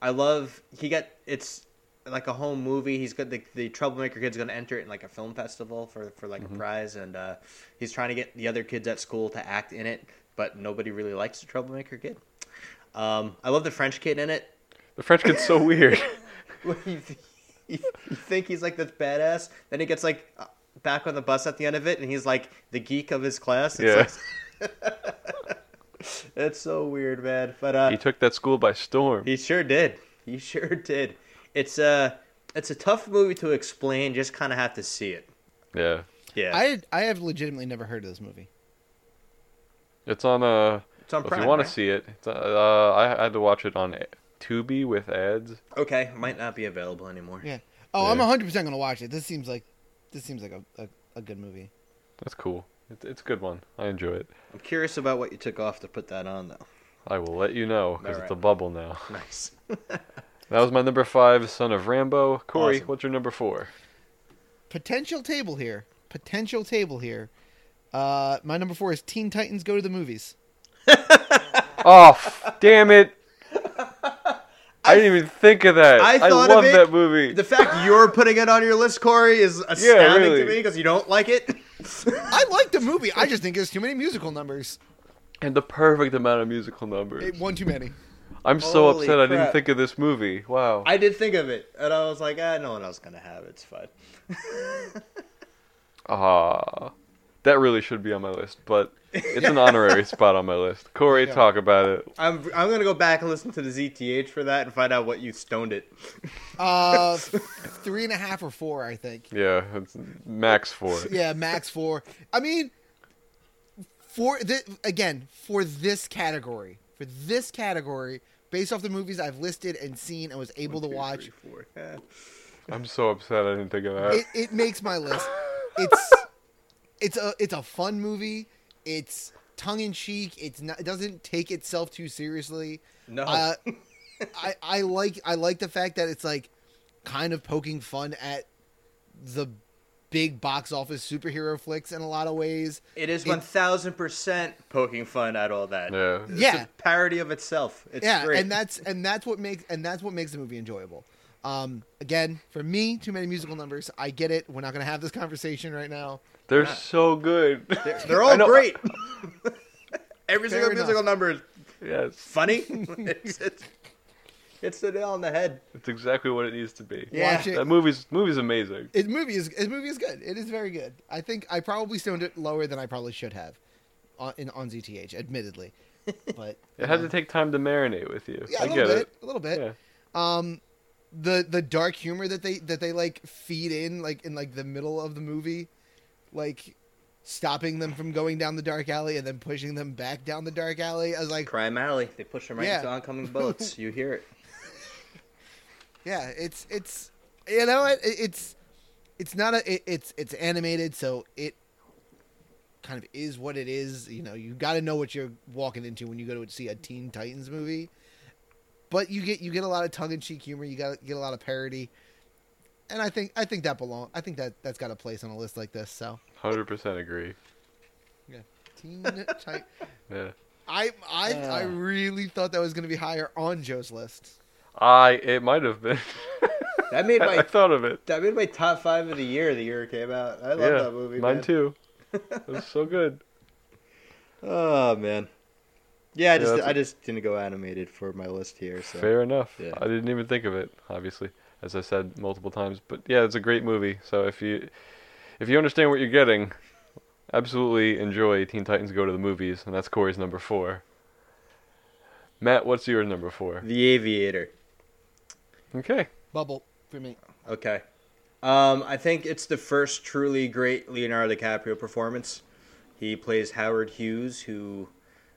Speaker 3: I love he got it's like a home movie. He's got the the troublemaker kid's gonna enter it in like a film festival for for like a prize, and uh, he's trying to get the other kids at school to act in it, but nobody really likes the troublemaker kid. Um, I love the French kid in it. *laughs*
Speaker 1: The French kid's so weird.
Speaker 3: Where you, th- you think he's like this badass, then he gets like uh, back on the bus at the end of it, and he's like the geek of his class. It's like- it's so weird, man. But uh,
Speaker 1: he took that school by storm.
Speaker 3: he sure did. He *laughs* sure did. It's a it's a tough movie to explain. Just kind of have to see it.
Speaker 1: Yeah.
Speaker 3: Yeah,
Speaker 2: I had, I have legitimately never heard of this movie.
Speaker 1: It's on Uh,
Speaker 3: it's on
Speaker 1: if
Speaker 3: Prime.
Speaker 1: you want
Speaker 3: right?
Speaker 1: to see it, it's, uh, I had to watch it on Tubi with ads.
Speaker 3: Okay, might not be available anymore.
Speaker 2: Yeah. Oh, I'm
Speaker 1: Yeah.
Speaker 2: 100 percent gonna watch it. This seems like, this seems like a, a, a good movie.
Speaker 1: That's cool. It, it's a good one. I enjoy it.
Speaker 3: I'm curious about what you took off to put that
Speaker 2: *laughs*
Speaker 3: on though.
Speaker 1: I will let you know because it's a
Speaker 3: Alright.
Speaker 1: bubble now.
Speaker 3: Nice.
Speaker 1: That was my number five, Son of Rambo. Corey,
Speaker 3: Awesome.
Speaker 1: what's your number four?
Speaker 2: Potential table here. Potential table here. Uh, my number four is Teen Titans Go to the Movies.
Speaker 1: Oh, f- damn
Speaker 3: *laughs*
Speaker 1: it! I didn't even think of that.
Speaker 3: I
Speaker 1: I,
Speaker 3: thought of
Speaker 1: love
Speaker 3: it.
Speaker 1: that movie.
Speaker 3: The fact you're putting it on your list, Corey, is astounding
Speaker 1: really.
Speaker 3: to me because you don't like it. *laughs*
Speaker 2: I like the movie. I just think it's too many musical numbers.
Speaker 1: and the perfect amount of musical numbers.
Speaker 2: Eh, One too many.
Speaker 1: I'm so
Speaker 3: Holy
Speaker 1: upset I didn't
Speaker 3: crap.
Speaker 1: think of this movie. Wow.
Speaker 3: I did think of it, and I was like, ah, no one else gonna have it. It's fine.
Speaker 1: Ah, that really should be on my list,
Speaker 3: *laughs*
Speaker 1: but it's an honorary spot on my list. Corey,
Speaker 2: Yeah.
Speaker 1: talk about it.
Speaker 3: I'm I'm gonna go back and listen to the ZTH for that and find out what you stoned it.
Speaker 2: *laughs* Uh, three and a half or four, I think.
Speaker 1: Yeah, it's max
Speaker 3: *laughs*
Speaker 1: for it.
Speaker 2: Yeah, max four. I mean, for th- again for this category, for this category, based off the movies I've listed and seen and was able to watch,
Speaker 3: *laughs* Three, four. Yeah.
Speaker 1: I'm so upset I didn't think of that.
Speaker 2: it, it makes my list. It's it's a it's a fun movie. It's tongue in cheek. It's not, it doesn't take itself too seriously.
Speaker 3: No.
Speaker 2: Uh, I I like I like the fact that it's like kind of poking fun at the big box office superhero flicks in a lot of ways.
Speaker 3: It is one thousand percent poking fun at all that.
Speaker 1: Yeah.
Speaker 3: It's
Speaker 2: Yeah.
Speaker 3: a parody of itself. It's
Speaker 2: yeah,
Speaker 3: great.
Speaker 2: and that's and that's what makes and that's what makes the movie enjoyable. Um, again, for me, too many musical numbers. I get it. We're not gonna have this conversation right now.
Speaker 1: They're so good.
Speaker 3: they're,
Speaker 1: *laughs*
Speaker 3: they're
Speaker 1: I
Speaker 3: all
Speaker 1: know-
Speaker 3: great. Every
Speaker 2: Fair
Speaker 3: single
Speaker 2: enough.
Speaker 3: musical number is
Speaker 1: yes.
Speaker 2: *laughs*
Speaker 3: funny. it's, it's, it's the nail on the head.
Speaker 1: It's exactly what it needs to be.
Speaker 3: Yeah.
Speaker 2: Watch it.
Speaker 1: That movie's movie's amazing.
Speaker 2: His movie is his movie is good. It is very good. I think I probably stoned it lower than I probably should have, on, in on ZTH, admittedly. But
Speaker 1: It had to take time to marinate with you.
Speaker 2: yeah,
Speaker 1: I
Speaker 2: a little
Speaker 1: get
Speaker 2: bit,
Speaker 1: it.
Speaker 2: a little
Speaker 3: *laughs*
Speaker 2: bit.
Speaker 1: Yeah.
Speaker 2: the the dark humor that they that they like feed in like in like the middle of the movie like stopping them from going down the dark alley and then pushing them back down the dark alley i was like
Speaker 3: Crime Alley. They push him right
Speaker 2: Yeah.
Speaker 3: into
Speaker 2: *laughs*
Speaker 3: oncoming bullets. You hear it.
Speaker 2: yeah it's it's you know it, it's it's not a it, it's it's animated so it kind of is what it is you know you got to know what you're walking into when you go to see a teen titans movie but you get you get a lot of tongue-in-cheek humor you got get a lot of parody and i think i think that belong i think that that's got a place on a list like this so
Speaker 1: Hundred percent agree.
Speaker 2: yeah teen Titan.
Speaker 1: Yeah.
Speaker 2: i i i
Speaker 3: Ah.
Speaker 2: really thought that was going to be higher on joe's list
Speaker 1: I it might have been.
Speaker 3: *laughs* That made
Speaker 1: *laughs* I, I
Speaker 3: my
Speaker 1: thought of it.
Speaker 3: that made my top five of the year. The year it came out. I love
Speaker 1: yeah.
Speaker 3: that movie.
Speaker 1: Mine
Speaker 3: man. *laughs*
Speaker 1: too. It was so good.
Speaker 3: Oh man. Yeah, I just
Speaker 1: that's
Speaker 3: I
Speaker 1: a-
Speaker 3: just didn't go animated for my list here. So
Speaker 1: Fair enough.
Speaker 3: Yeah.
Speaker 1: I didn't even think of it, obviously, as I said multiple times. But yeah, it's a great movie. So if you if you understand what you're getting, absolutely enjoy Teen Titans Go to the Movies, and that's Corey's number four. Matt, what's your number four?
Speaker 3: The Aviator.
Speaker 1: Okay.
Speaker 2: bubble for me
Speaker 3: Okay. Um, I think it's the first truly great Leonardo DiCaprio performance. He plays Howard Hughes, who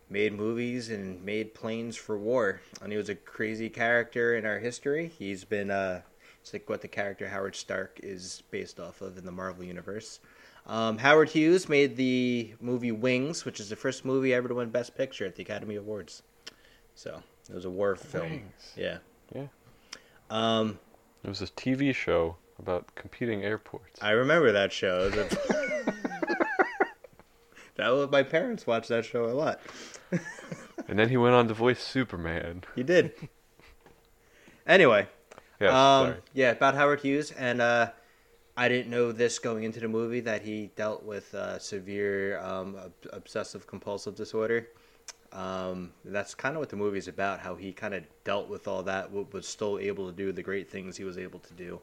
Speaker 3: made movies and made planes for war, and he was a crazy character in our history. He's been uh, it's like what the character Howard Stark is based off of in the Marvel universe. Um, Howard Hughes made the movie Wings, which is the first movie ever to win Best Picture at the Academy Awards. So it was a war film.
Speaker 1: Wings.
Speaker 3: Yeah.
Speaker 1: Yeah.
Speaker 3: Um,
Speaker 1: It was a TV show about competing airports.
Speaker 3: I remember that show. It was a- *laughs* that was my parents watched that show a lot.
Speaker 1: And then he went on to voice Superman. *laughs*
Speaker 3: You did. Anyway,
Speaker 1: Yes,
Speaker 3: um,
Speaker 1: sorry.
Speaker 3: yeah, about Howard Hughes, and uh, I didn't know this going into the movie that he dealt with uh, severe um, ob- obsessive compulsive disorder. Um, that's kind of what the movie's about. How he kind of dealt with all that, wa- was still able to do the great things he was able to do,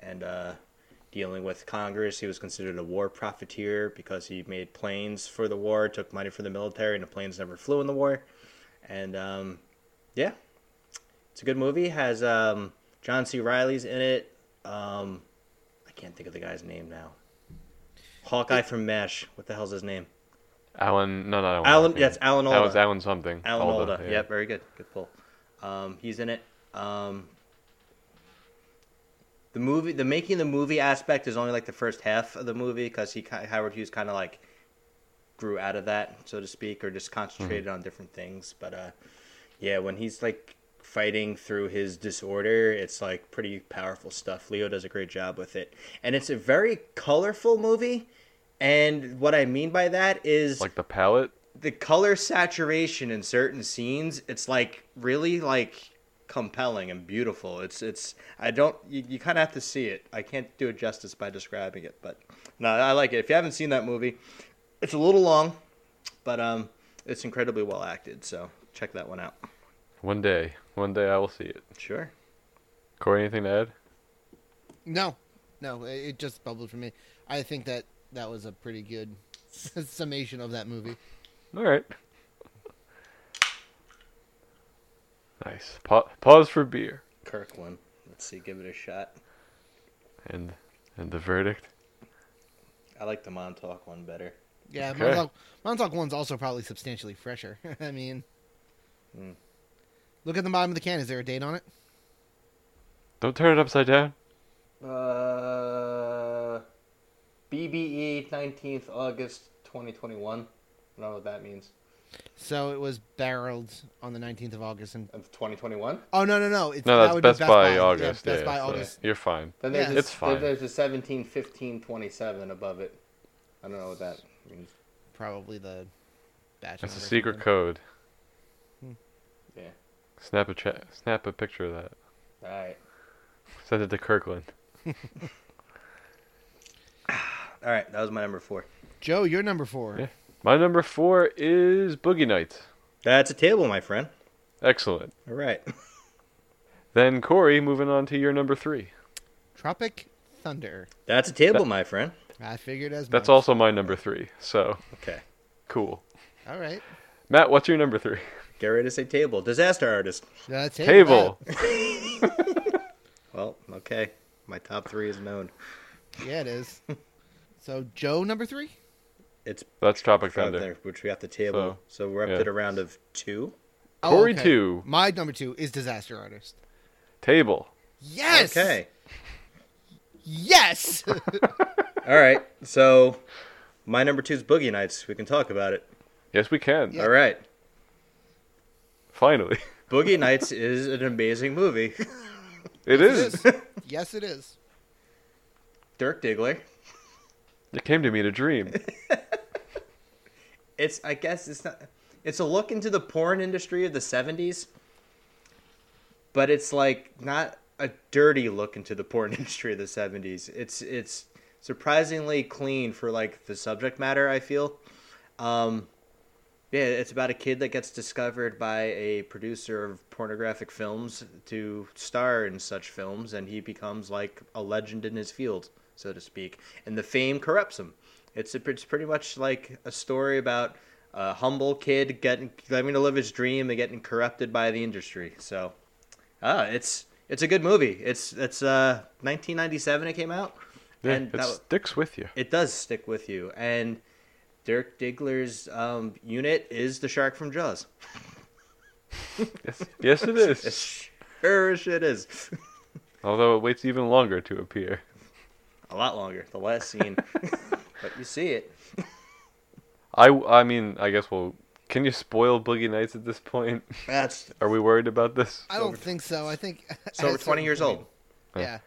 Speaker 3: and uh, dealing with Congress, he was considered a war profiteer because he made planes for the war, took money from the military, and the planes never flew in the war. And um, yeah, it's a good movie. Has um, John C. Riley's in it. Um, I can't think of the guy's name now. Hawkeye from Mash. What the hell's his name?
Speaker 1: Alan, no, not Alan.
Speaker 3: Alan-
Speaker 1: Alda.
Speaker 3: yes, Alan
Speaker 1: Oh, That was
Speaker 3: Alda.
Speaker 1: Alan something.
Speaker 3: Alan Alda.
Speaker 1: yeah.
Speaker 3: Yep, very good. Good pull. Um, he's in it. Um, the movie, the making the movie aspect is only like the first half of the movie because he ki- Howard Hughes kind of like grew out of that, so to speak, or just concentrated
Speaker 1: Mm-hmm.
Speaker 3: on different things. But uh, yeah, when he's like fighting through his disorder, it's like pretty powerful stuff. Leo does a great job with it, and it's a very colorful movie. And what I mean by that is
Speaker 1: Like the palette.
Speaker 3: the color saturation in certain scenes it's like really like compelling and beautiful it's it's i don't you, you kind of have to see it i can't do it justice by describing it but no i like it if you haven't seen that movie it's a little long but um it's incredibly well acted so check that one out
Speaker 1: One day, one day I will see it.
Speaker 3: sure
Speaker 1: Corey, anything to add?
Speaker 2: No, no, it, it just bubbled for me. I think that that was a pretty good *laughs* summation of that movie.
Speaker 1: All right. *laughs* Nice. Pa- pause for beer.
Speaker 3: kirk one let's see give it a shot
Speaker 1: And and the verdict.
Speaker 3: i like the montauk one better
Speaker 2: Yeah,
Speaker 1: Okay.
Speaker 2: Montauk, Montauk One's also probably substantially fresher. *laughs* I mean,
Speaker 1: Hmm.
Speaker 3: Mm.
Speaker 2: look at the bottom of the can. Is there a date on it?
Speaker 1: Don't turn it upside down.
Speaker 3: Uh, E, BBE 19th August 2021. I don't know what that means.
Speaker 2: So it was barreled on the 19th of August. And
Speaker 4: Of 2021.
Speaker 2: oh no, no, no! It's,
Speaker 1: No,
Speaker 2: that
Speaker 1: that's
Speaker 2: would be
Speaker 1: Best, Buy
Speaker 2: Yeah,
Speaker 1: August.
Speaker 2: Best
Speaker 1: yeah,
Speaker 2: Buy
Speaker 1: so
Speaker 2: August.
Speaker 1: You're fine.
Speaker 4: Then there's
Speaker 2: Yeah.
Speaker 4: a,
Speaker 1: It's fine.
Speaker 4: There's a 17, 15, 27 above it. I don't know what that means.
Speaker 2: Probably the batch.
Speaker 1: That's a
Speaker 2: number or
Speaker 1: secret
Speaker 2: something.
Speaker 1: code.
Speaker 4: Yeah.
Speaker 1: Snap a chat. Snap a picture of that.
Speaker 4: All right.
Speaker 1: Send it to Kirkland.
Speaker 3: All right, that was my number four.
Speaker 2: Joe, you're number four.
Speaker 1: Yeah. My number four is Boogie Nights.
Speaker 3: That's a table, my friend.
Speaker 1: Excellent.
Speaker 3: All right.
Speaker 1: Then Corey, moving on to your number three.
Speaker 2: Tropic Thunder.
Speaker 3: That's a table, my friend.
Speaker 2: I figured as
Speaker 1: That's
Speaker 2: much.
Speaker 1: also my number three. So
Speaker 3: Okay.
Speaker 1: cool.
Speaker 2: All right.
Speaker 1: Matt, what's your number three?
Speaker 3: Get ready to say table. Disaster artist.
Speaker 2: Uh,
Speaker 1: Table.
Speaker 3: Well, okay. My top three is known.
Speaker 2: that. Yeah, it is. *laughs* So Joe, number three.
Speaker 3: It's
Speaker 1: That's Tropic
Speaker 3: out
Speaker 1: Thunder.
Speaker 3: there, which we have to table. So, we're up
Speaker 1: yeah.
Speaker 3: to the round of two.
Speaker 2: Oh,
Speaker 1: Corey
Speaker 2: okay.
Speaker 1: two.
Speaker 2: My number two is Disaster Artist.
Speaker 1: Table.
Speaker 2: Yes.
Speaker 3: Okay.
Speaker 1: *laughs*
Speaker 2: Yes.
Speaker 3: All right. So my number two is Boogie Nights. We can talk about it.
Speaker 1: Yes, we can.
Speaker 2: Yeah.
Speaker 3: All right.
Speaker 1: Finally, *laughs*
Speaker 3: Boogie Nights is an amazing movie.
Speaker 1: it is.
Speaker 2: *laughs* yes, it is.
Speaker 3: Dirk Diggler.
Speaker 1: It came to me in a *laughs* dream.
Speaker 3: It's I guess it's not it's a look into the porn industry of the 70s. But it's like not a dirty look into the porn *laughs* industry of the 70s. It's it's surprisingly clean for like the subject matter, I feel. Um yeah, it's about a kid that gets discovered by a producer of pornographic films to star in such films, and he becomes like a legend in his field, so to speak. And the fame corrupts him. It's, a, it's pretty much like a story about a humble kid getting having to live his dream and getting corrupted by the industry. So, ah, it's it's a good movie. It's it's uh 1997 it came out,
Speaker 1: Yeah,
Speaker 3: and
Speaker 1: it
Speaker 3: that,
Speaker 1: sticks with you.
Speaker 3: it does stick with you. And Dirk Diggler's um, unit is the shark from Jaws.
Speaker 1: Yes, *laughs* yes it is.
Speaker 3: Sure as shit is. *laughs*
Speaker 1: Although it waits even longer to appear.
Speaker 3: A lot longer. The last scene. *laughs* but you see it.
Speaker 1: I, I mean, I guess we'll. Can you spoil Boogie Nights at this point? *laughs*
Speaker 3: That's
Speaker 1: Are we worried about this?
Speaker 2: I don't think so. *laughs*
Speaker 1: *laughs*
Speaker 2: I think
Speaker 3: it's over 20 years old.
Speaker 2: Yeah.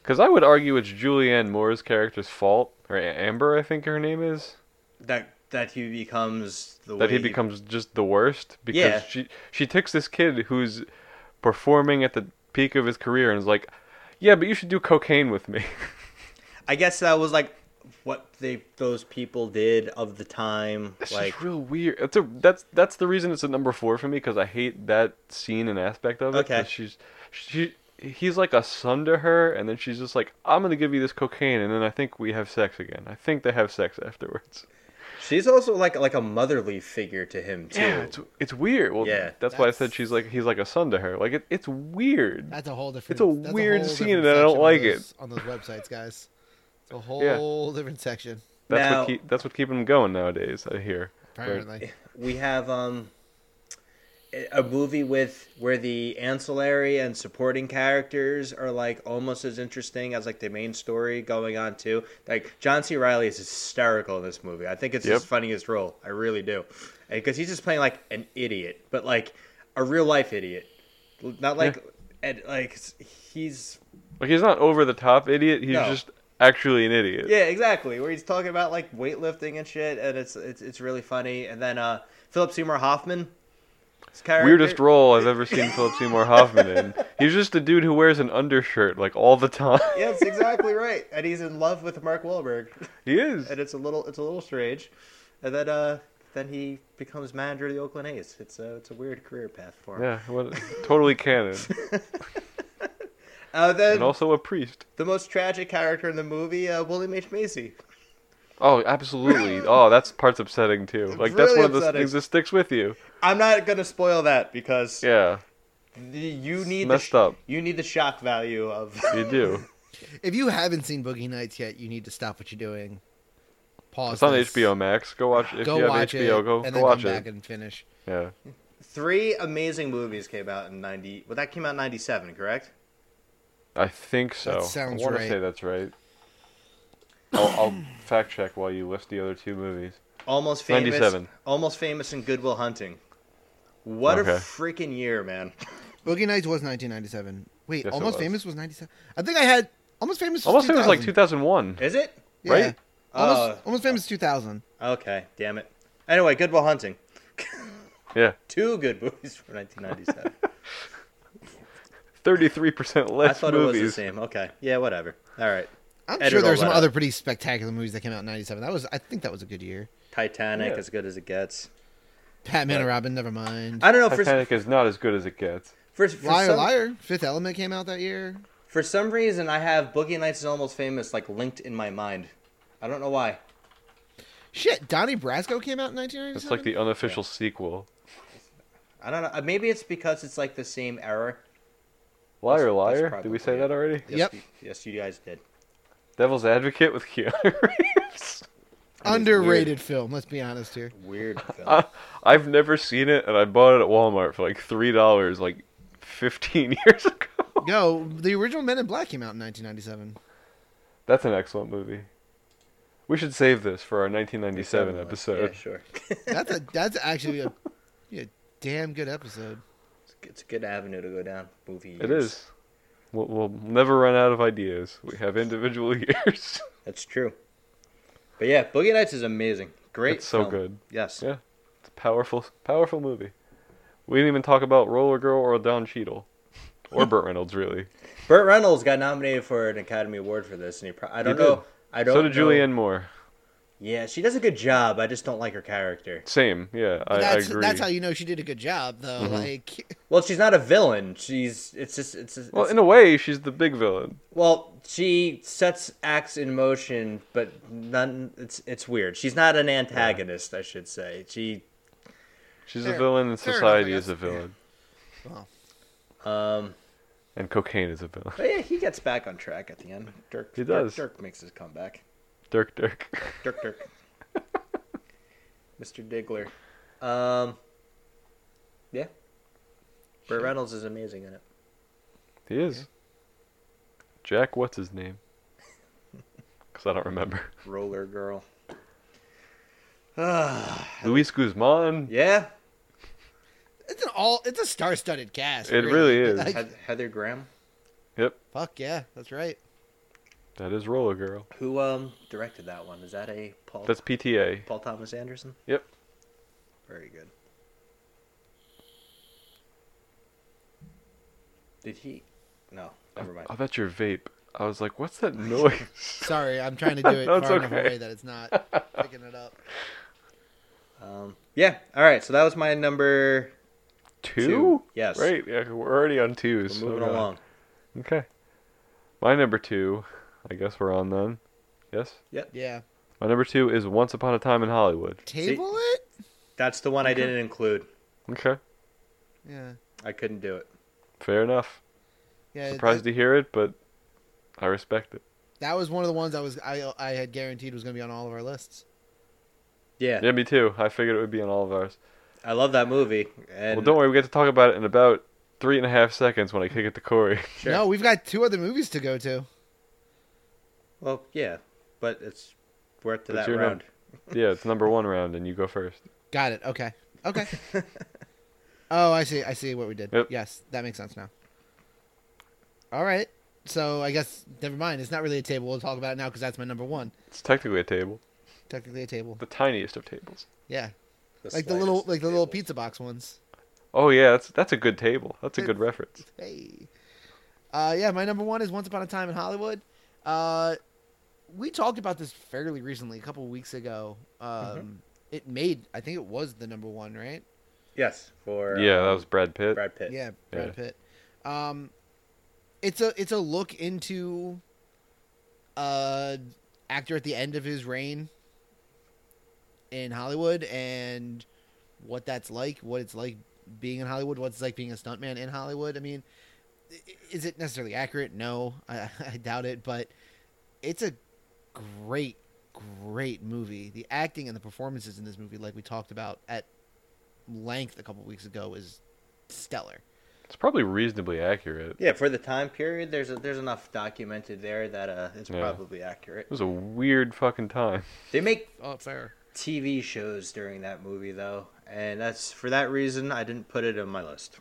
Speaker 1: Because I would argue it's Julianne Moore's character's fault, or A- Amber, I think her name is,
Speaker 3: That that he becomes the
Speaker 1: that
Speaker 3: way
Speaker 1: he becomes just the worst because
Speaker 3: Yeah.
Speaker 1: she she takes this kid who's performing at the peak of his career and is like, yeah, but you should do cocaine with me. *laughs*
Speaker 3: I guess that was like what they those people did of the time.
Speaker 1: It's
Speaker 3: like
Speaker 1: just real weird. That's a that's that's the reason it's a number four for me because I hate that scene and aspect of it.
Speaker 3: Okay.
Speaker 1: 'cause She's she he's like a son to her, and then she's just like, I'm gonna give you this cocaine, and then I think we have sex again. I think they have sex afterwards.
Speaker 3: she's also like like a motherly figure to him too.
Speaker 1: Yeah, it's it's weird. Well,
Speaker 3: Yeah.
Speaker 1: that's, why I
Speaker 2: That's-
Speaker 1: said she's like he's like a son to her. Like it, it's weird.
Speaker 2: That's a whole different.
Speaker 1: It's a
Speaker 2: that's
Speaker 1: weird
Speaker 2: whole
Speaker 1: scene
Speaker 2: different
Speaker 1: and I don't
Speaker 2: section on
Speaker 1: like
Speaker 2: those- on those websites, guys. It's a whole different section,
Speaker 1: That's
Speaker 3: Now-
Speaker 1: what keep that's what keeping them going nowadays. I hear. But
Speaker 2: apparently.
Speaker 3: we have um a movie with where the ancillary and supporting characters are like almost as interesting as like the main story going on too. Like John C. Riley is hysterical in this movie. I think it's his
Speaker 1: Yep.
Speaker 3: funniest role. I really do, because he's just playing like an idiot, but like a real life idiot, not like and like he's
Speaker 1: Like he's not over the top idiot. He's
Speaker 3: No.
Speaker 1: just actually an idiot.
Speaker 3: yeah, exactly. Where he's talking about like weightlifting and shit, and it's it's it's really funny. And then uh Philip Seymour Hoffman. his character-
Speaker 1: weirdest role I've ever seen Philip Seymour Hoffman in. He's just a dude who wears an undershirt like all the time.
Speaker 3: Yeah, that's exactly right. And he's in love with Mark Wahlberg,
Speaker 1: *laughs* He is.
Speaker 3: and it's a little it's a little strange. And then uh, then he becomes manager of the Oakland A's. It's a it's a weird career path for him.
Speaker 1: Yeah, what, totally canon.
Speaker 3: *laughs* Uh, then
Speaker 1: And also a priest.
Speaker 3: the most tragic character in the movie, uh, William H Macy.
Speaker 1: Oh,
Speaker 3: *laughs*
Speaker 1: absolutely. Oh, that's part's upsetting too. Like that's
Speaker 3: Really
Speaker 1: one of those
Speaker 3: upsetting.
Speaker 1: things that sticks with you.
Speaker 3: I'm not gonna spoil that because
Speaker 1: Yeah,
Speaker 3: the- you need the
Speaker 1: messed
Speaker 3: sh-
Speaker 1: up.
Speaker 3: You need the shock value of
Speaker 1: you do.
Speaker 2: If you haven't seen Boogie Nights yet, you need to stop what you're doing. Pause.
Speaker 1: It's on
Speaker 2: this,
Speaker 1: HBO Max. Go watch. If
Speaker 2: Go
Speaker 1: you have
Speaker 2: watch
Speaker 1: HBO,
Speaker 2: it,
Speaker 1: go
Speaker 2: and
Speaker 1: go
Speaker 2: then
Speaker 1: watch
Speaker 2: come
Speaker 1: it.
Speaker 2: back and finish.
Speaker 1: Yeah,
Speaker 3: *laughs* three amazing movies came out in ninety. Well, that came out in ninety seven, correct?
Speaker 1: I think so.
Speaker 2: sounds
Speaker 1: I want
Speaker 2: right.
Speaker 1: to say that's right. I'll, I'll fact check while you list the other two movies.
Speaker 3: Almost famous.
Speaker 1: 97.
Speaker 3: Almost famous and Goodwill Hunting. What
Speaker 1: Okay.
Speaker 3: a freaking year, man!
Speaker 2: Boogie Nights was 1997. Wait,
Speaker 1: Yes, it
Speaker 2: Almost
Speaker 1: was.
Speaker 2: Famous was 97. I think I had Almost Famous. Was
Speaker 1: Almost it was like
Speaker 2: 2000.
Speaker 1: 2001.
Speaker 3: Is it?
Speaker 2: Yeah.
Speaker 1: right?
Speaker 2: Almost,
Speaker 3: Oh.
Speaker 2: Almost Famous 2000.
Speaker 3: Okay, damn it. Anyway, Goodwill Hunting.
Speaker 1: Yeah,
Speaker 3: Two good *laughs* movies
Speaker 1: *laughs*
Speaker 3: from 1997.
Speaker 1: 33%
Speaker 3: I
Speaker 1: less
Speaker 3: thought it was
Speaker 1: movies.
Speaker 3: the same. Okay, yeah, whatever. All right,
Speaker 2: I'm
Speaker 3: Edit
Speaker 2: sure
Speaker 3: all
Speaker 2: there's some
Speaker 3: that
Speaker 2: other pretty spectacular movies that came out in 97. That was I think that was a good year.
Speaker 3: Titanic
Speaker 1: Yeah.
Speaker 3: as good as it gets.
Speaker 2: Batman and Robin, never mind.
Speaker 3: I don't know. For,
Speaker 1: Titanic is not as good as it gets.
Speaker 3: for, for,
Speaker 2: Liar
Speaker 3: some,
Speaker 2: Liar, Fifth Element came out that year.
Speaker 3: for some reason, I have Boogie Nights is Almost Famous like linked in my mind. I don't know why.
Speaker 2: Shit, Donnie Brasco came out in 1997.
Speaker 1: It's like the unofficial sequel.
Speaker 3: I don't know. Maybe it's because it's like the same error.
Speaker 1: Liar,
Speaker 3: That's- that's
Speaker 1: liar. Did we say
Speaker 3: probably
Speaker 1: that
Speaker 3: it.
Speaker 1: already?
Speaker 3: Yes,
Speaker 2: Yep.
Speaker 3: You, yes, you guys did.
Speaker 1: Devil's Advocate with Keanu *laughs* Reeves.
Speaker 2: underrated film. Let's be honest here.
Speaker 1: *laughs*
Speaker 3: Weird film.
Speaker 1: I, I've never seen it, and I bought it at Walmart for like three dollars, like fifteen *laughs* years ago.
Speaker 2: No, the original Men in Black came out in 1997.
Speaker 1: That's an excellent movie. We should save this for our 1997 episode.
Speaker 3: Yeah, sure. *laughs*
Speaker 2: That's a that's actually a, *laughs* a damn good episode.
Speaker 3: It's a good avenue to go down. Movie.
Speaker 1: It
Speaker 3: years.
Speaker 1: is. We'll, we'll never run out of ideas. We have individual *laughs* years.
Speaker 3: That's true. But yeah, Boogie Nights is amazing. Great.
Speaker 1: It's so
Speaker 3: film.
Speaker 1: good.
Speaker 3: Yes.
Speaker 1: Yeah. It's a powerful, powerful movie. We didn't even talk about Roller Girl or Don Cheadle,
Speaker 3: *laughs*
Speaker 1: or Burt Reynolds, really.
Speaker 3: Burt Reynolds got nominated for an Academy Award for this, and he. Pro- I don't
Speaker 1: did.
Speaker 3: know. I don't.
Speaker 1: So did
Speaker 3: know.
Speaker 1: Julianne Moore.
Speaker 3: Yeah, she does a good job. I just don't like her character.
Speaker 1: Same. Yeah, I, I
Speaker 2: that's
Speaker 1: agree. Mm-hmm.
Speaker 2: that's how you know she did a good job though. Like
Speaker 3: Well, she's not a villain. She's. It's just. It's. it's
Speaker 1: well, in a way, she's the big villain.
Speaker 3: well, she sets acts in motion, but none. It's. It's weird. She's not an antagonist. I should say. She.
Speaker 1: She's a
Speaker 2: Fair-
Speaker 1: villain, and
Speaker 2: fair enough, I
Speaker 1: society
Speaker 2: guess.
Speaker 1: is a villain.
Speaker 3: Um.
Speaker 1: And cocaine is a villain. *laughs*
Speaker 3: But yeah, he gets back on track at the end. Dirk.
Speaker 1: He
Speaker 3: Dirk-
Speaker 1: does.
Speaker 3: Dirk, makes his comeback.
Speaker 1: Dirk Dirk.
Speaker 3: Dirk. Dirk. *laughs* Mr. Diggler. Um. Yeah. Burt Reynolds is amazing in it.
Speaker 1: He is. Jack, what's his
Speaker 2: *laughs*
Speaker 1: name? Because I don't remember.
Speaker 3: Roller Girl. *sighs*
Speaker 1: Luis Guzman.
Speaker 3: Yeah.
Speaker 2: it's an all it's a star-studded cast.
Speaker 1: It
Speaker 2: *laughs*
Speaker 1: really is.
Speaker 2: Like,
Speaker 3: Heath- Heather Graham,
Speaker 1: Yep,
Speaker 2: fuck yeah, that's right.
Speaker 1: that is Roller Girl.
Speaker 3: who um directed that one. Is that a Paul?
Speaker 1: That's PTA.
Speaker 3: Paul Thomas Anderson.
Speaker 1: Yep.
Speaker 3: Very good. Did he? No, never mind.
Speaker 1: I bet your vape. I was like, what's that
Speaker 3: *laughs*
Speaker 1: noise?
Speaker 2: Sorry, I'm trying
Speaker 1: *laughs*
Speaker 2: to do it
Speaker 1: No,
Speaker 2: far
Speaker 1: it's
Speaker 2: enough
Speaker 1: okay.
Speaker 2: away that it's not picking it up.
Speaker 3: Um, yeah. All right. So that was my number.
Speaker 1: Two?
Speaker 3: Two, yes.
Speaker 1: Right. Yeah, we're already on 2s
Speaker 3: We're
Speaker 1: so
Speaker 3: moving
Speaker 1: God.
Speaker 3: along.
Speaker 1: Okay. My number two. I guess we're on then. Yes.
Speaker 2: Yeah,
Speaker 1: My number two is Once Upon a Time in Hollywood.
Speaker 2: table it.
Speaker 3: That's the one I didn't include.
Speaker 1: Okay.
Speaker 2: Yeah,
Speaker 3: I couldn't do it.
Speaker 1: Fair enough.
Speaker 2: yeah.
Speaker 1: Surprised
Speaker 2: that,
Speaker 1: to hear it, but I respect it.
Speaker 2: that was one of the ones I was I I had guaranteed was going to be on all of our lists.
Speaker 3: Yeah,
Speaker 1: Yeah, me too. I figured it would be on all of ours.
Speaker 3: I love that movie. And
Speaker 1: Well, don't worry. We get to talk about it in about three and a half seconds when I kick it to Corey. *laughs*
Speaker 3: Sure.
Speaker 2: No, we've got two other movies to go to.
Speaker 3: Well, yeah, but it's we're up to
Speaker 1: That's
Speaker 3: that
Speaker 1: your
Speaker 3: round.
Speaker 1: yeah, it's number one round, and you go first.
Speaker 2: Got it. Okay.
Speaker 1: *laughs*
Speaker 2: Okay. oh, I see. I see what we did.
Speaker 1: Yep.
Speaker 2: Yes, that makes sense now. All right. So I guess never mind. It's not really a table. We'll talk about it now because that's my number one.
Speaker 1: It's technically a table,
Speaker 2: Technically a table.
Speaker 1: the tiniest of tables.
Speaker 2: Yeah. like the little, like the little pizza box ones.
Speaker 1: Oh yeah, that's that's a good table. That's a
Speaker 2: It-
Speaker 1: good reference.
Speaker 2: Hey. Uh, yeah, my number one is Once Upon a Time in Hollywood. Uh, we talked about this fairly recently, a couple weeks ago. Um, It made, I think it was the number one, right?
Speaker 3: Yes, for
Speaker 1: Yeah, that
Speaker 3: um,
Speaker 1: was Brad Pitt.
Speaker 3: Brad Pitt.
Speaker 1: Yeah.
Speaker 2: Yeah, Brad Pitt. Um, it's a it's a look into uh actor at the end of his reign in Hollywood and what that's like, what it's like being in Hollywood, what it's like being a stuntman in Hollywood. I mean, i- is it necessarily accurate? No, I, *laughs* I doubt it, but it's a great great movie. The acting and the performances in this movie like we talked about at length a couple weeks ago is stellar.
Speaker 1: It's probably reasonably accurate.
Speaker 3: Yeah, for the time period, there's a, there's enough documented there that uh, it's
Speaker 1: Yeah.
Speaker 3: probably accurate.
Speaker 1: It was a weird fucking time. *laughs*
Speaker 3: They make
Speaker 2: Oh, fair.
Speaker 3: TV shows during that movie though, and that's for that reason I didn't put it on my list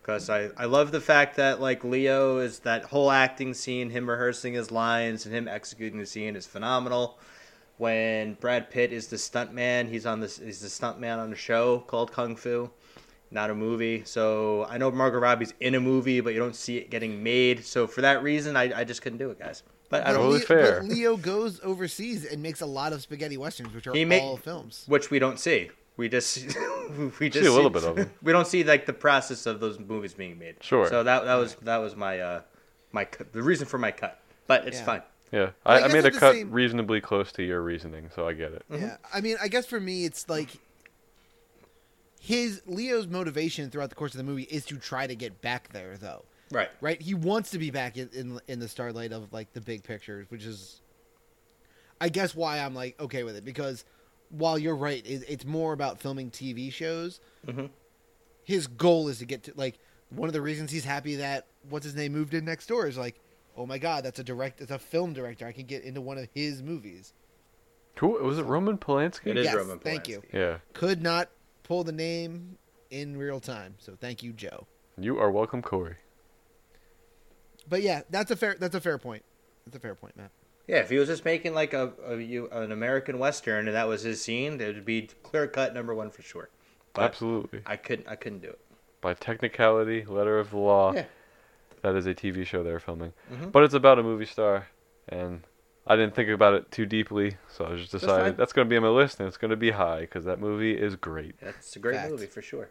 Speaker 3: because I I love the fact that like Leo is that whole acting scene, him rehearsing his lines and him executing the scene is phenomenal. When Brad Pitt is the stuntman, he's on this he's the stuntman on a show called Kung Fu, not a movie. So I know Margot Robbie's in a movie, but you don't see it getting made. So for that reason, I, I just couldn't do it, guys. But
Speaker 2: But
Speaker 3: I don't.
Speaker 1: Totally
Speaker 2: Leo,
Speaker 1: fair.
Speaker 2: But Leo goes overseas and makes a lot of spaghetti westerns, which are
Speaker 3: He ma-
Speaker 2: all films.
Speaker 3: which we don't see. *laughs* We just we just
Speaker 1: a little bit of it.
Speaker 3: *laughs* We don't see like the process of those movies being made.
Speaker 1: Sure.
Speaker 3: So that that was that was my uh my cu- the reason for my cut, but it's
Speaker 2: Yeah.
Speaker 3: fine.
Speaker 1: Yeah,
Speaker 2: I
Speaker 1: I, I
Speaker 2: Mm. guess
Speaker 1: made a
Speaker 2: it's the
Speaker 1: cut
Speaker 2: same-
Speaker 1: reasonably close to your reasoning, so I get it.
Speaker 2: Yeah, I mean, I guess for me, it's like his Leo's motivation throughout the course of the movie is to try to get back there, though.
Speaker 3: Right.
Speaker 2: Right? He wants to be back in in, in the starlight of like the big pictures, which is, I guess, why I'm like okay with it because while you're right, it, it's more about filming TV shows.
Speaker 1: Mm-hmm.
Speaker 2: His goal is to get to like one of the reasons he's happy that what's his name moved in next door is like, oh my god, that's a direct, that's a film director. I can get into one of his movies.
Speaker 1: Who was it? Roman Polanski.
Speaker 3: It is
Speaker 2: Yes,
Speaker 3: Roman Polanski.
Speaker 2: thank you.
Speaker 1: Yeah,
Speaker 2: could not pull the name in real time. So thank you, Joe.
Speaker 1: you are welcome, Corey.
Speaker 2: But yeah, that's a fair that's a fair point. That's a fair point, Matt.
Speaker 3: Yeah, if he was just making like a, a you an American western and that was his scene, it would be clear cut number one for sure. But
Speaker 1: Absolutely.
Speaker 3: I couldn't I couldn't do it.
Speaker 1: By technicality, letter of the law,
Speaker 3: Yeah. Mm-hmm.
Speaker 1: that is a TV show they're filming, but it's about a movie star, and I didn't think about it too deeply, so I just decided
Speaker 3: fine.
Speaker 1: that's going to be on my list, and it's going to be high because that movie is great.
Speaker 3: That's a great
Speaker 2: Fact.
Speaker 3: movie for sure.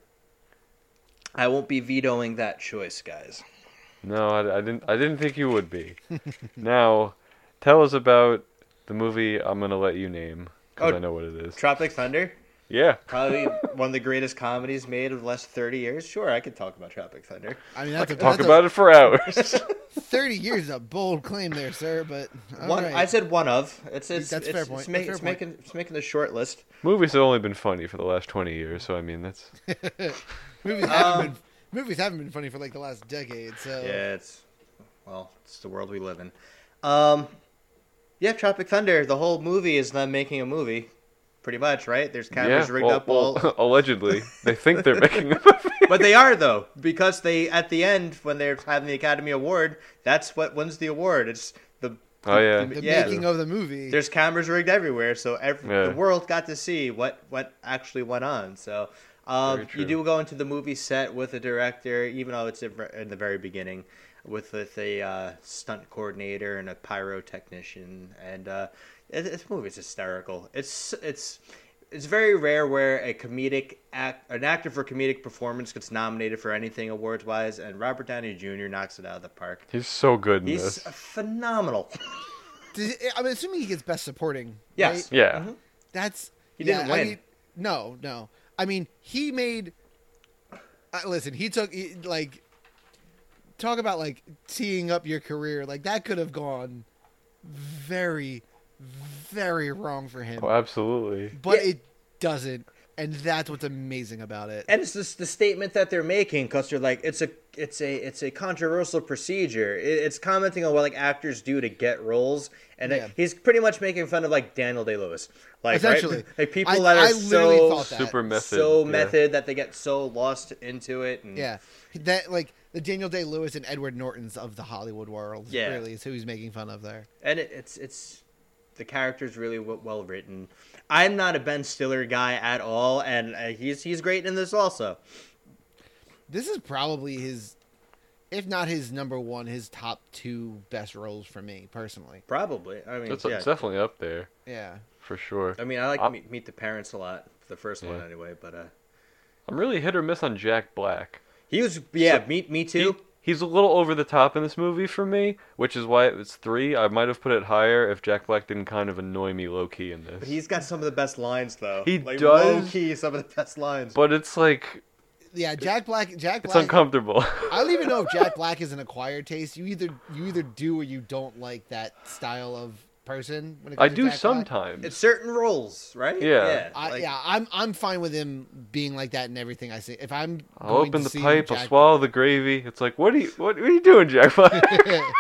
Speaker 3: I won't be vetoing that choice, guys.
Speaker 1: No, I, I didn't. I didn't think you would
Speaker 3: *laughs*
Speaker 1: be. now, tell us about the movie. I'm going to let you name because
Speaker 3: Oh.
Speaker 1: I know what it is.
Speaker 3: Tropic Thunder.
Speaker 1: Yeah.
Speaker 3: Probably one of the greatest comedies made of the last 30 years. Sure, I could talk about Tropic Thunder.
Speaker 2: I mean, that's a,
Speaker 1: Talk
Speaker 2: that's
Speaker 1: about it for hours.
Speaker 3: *laughs*
Speaker 2: a, thirty years. is A bold claim there, sir. But all
Speaker 3: One,
Speaker 2: right.
Speaker 3: I said one of. It's it's
Speaker 2: That's a
Speaker 3: it's,
Speaker 2: fair
Speaker 3: it's
Speaker 2: point. That's
Speaker 3: make-
Speaker 2: a
Speaker 3: it's
Speaker 2: fair point.
Speaker 3: making it's making the short list.
Speaker 1: Movies have only been funny for the last 20 years, so I mean, that's.
Speaker 2: movies haven't been movies haven't been funny for like the last decade. So
Speaker 3: um, Yeah, it's well, it's the world we live in. Um, yeah, Tropic Thunder. The whole movie is them making a movie, pretty much, right? There's cameras
Speaker 1: yeah, Oh,
Speaker 3: rigged
Speaker 1: well-
Speaker 3: up all,
Speaker 1: *laughs* well, allegedly. They think
Speaker 3: *laughs*
Speaker 1: they're making a movie.
Speaker 3: but they are though because they at the end when they're having the Academy Award, that's what wins the award. It's the
Speaker 1: Oh, yeah.
Speaker 2: the
Speaker 3: yeah.
Speaker 2: making of the movie.
Speaker 3: there's cameras rigged everywhere, so every,
Speaker 1: Yeah.
Speaker 3: the world got to see what what actually went on. So um,
Speaker 1: Very true.
Speaker 3: you do go into the movie set with the director, even though it's in in the very beginning, with with a uh, stunt coordinator and a pyro technician, and uh, it, this movie's hysterical. It's it's. It's very rare where a comedic act, an actor for comedic performance gets nominated for anything awards wise, and Robert Downey Jr. knocks it out of the park.
Speaker 1: He's so good in
Speaker 3: He's
Speaker 1: this.
Speaker 3: phenomenal.
Speaker 2: Did, I'm assuming he gets best supporting.
Speaker 3: Yes.
Speaker 2: right?
Speaker 1: Yeah.
Speaker 2: That's
Speaker 3: He didn't
Speaker 2: I
Speaker 3: win.
Speaker 2: mean, no, no. I mean, he made. Uh, listen, he took he, like. Talk about like teeing up your career. Like that could have gone very, very wrong for him.
Speaker 1: Oh, absolutely.
Speaker 2: But
Speaker 3: Yeah.
Speaker 2: it doesn't, and that's what's amazing about it.
Speaker 3: and it's just the statement that they're making because they're like it's a it's a it's a controversial procedure it, it's commenting on what like actors do to get roles and
Speaker 2: Yeah.
Speaker 3: he's pretty much making fun of like daniel day-lewis like
Speaker 2: Essentially,
Speaker 3: right? like people
Speaker 2: I-
Speaker 3: that are
Speaker 2: I literally
Speaker 3: so
Speaker 2: thought that.
Speaker 1: Super method.
Speaker 3: so
Speaker 1: yeah.
Speaker 3: method that they get so lost into it and
Speaker 2: Yeah, that like the Daniel Day Lewis and Edward Norton's of the Hollywood world.
Speaker 3: Yeah.
Speaker 2: really is who he's making fun of there.
Speaker 3: and it, it's it's the character's really w- well written i'm not a ben stiller guy at all and uh, he's he's great in this also
Speaker 2: This is probably his, if not his number one, his top two best roles for me personally.
Speaker 3: probably i mean
Speaker 1: That's,
Speaker 3: yeah.
Speaker 1: it's definitely up there,
Speaker 2: Yeah.
Speaker 1: for sure.
Speaker 3: i mean i like
Speaker 1: I'm-
Speaker 3: meet, meet the parents a lot the first one
Speaker 1: Yeah.
Speaker 3: anyway but uh
Speaker 1: I'm really hit or miss on Jack Black.
Speaker 3: He was yeah, me me
Speaker 1: He,
Speaker 3: too.
Speaker 1: he's a little over the top in this movie for me, which is why it was three. I might have put it higher if Jack Black didn't kind of annoy me low key in this.
Speaker 3: He, has got some of the best lines though.
Speaker 1: He
Speaker 3: like,
Speaker 1: does.
Speaker 3: Low key, some of the best lines.
Speaker 1: But it's like,
Speaker 2: Yeah, Jack Black. Jack
Speaker 1: it's
Speaker 2: Black.
Speaker 1: uncomfortable.
Speaker 2: I don't even know if Jack Black is an acquired taste. You either you either do or you don't like that style of person. When it
Speaker 1: *laughs*
Speaker 2: comes
Speaker 1: I
Speaker 2: to
Speaker 1: do
Speaker 2: Jack Black.
Speaker 1: sometimes.
Speaker 3: it's certain roles, right?
Speaker 1: Yeah.
Speaker 2: I,
Speaker 3: like,
Speaker 2: yeah, I'm I'm fine with him being like that in everything I see. If I'm
Speaker 1: I'll
Speaker 2: going
Speaker 1: open
Speaker 2: to
Speaker 1: the
Speaker 2: see
Speaker 1: pipe. I'll
Speaker 2: Jack-
Speaker 1: swallow the gravy. It's like, what are you, what, are you doing, Jack Black?
Speaker 2: *laughs*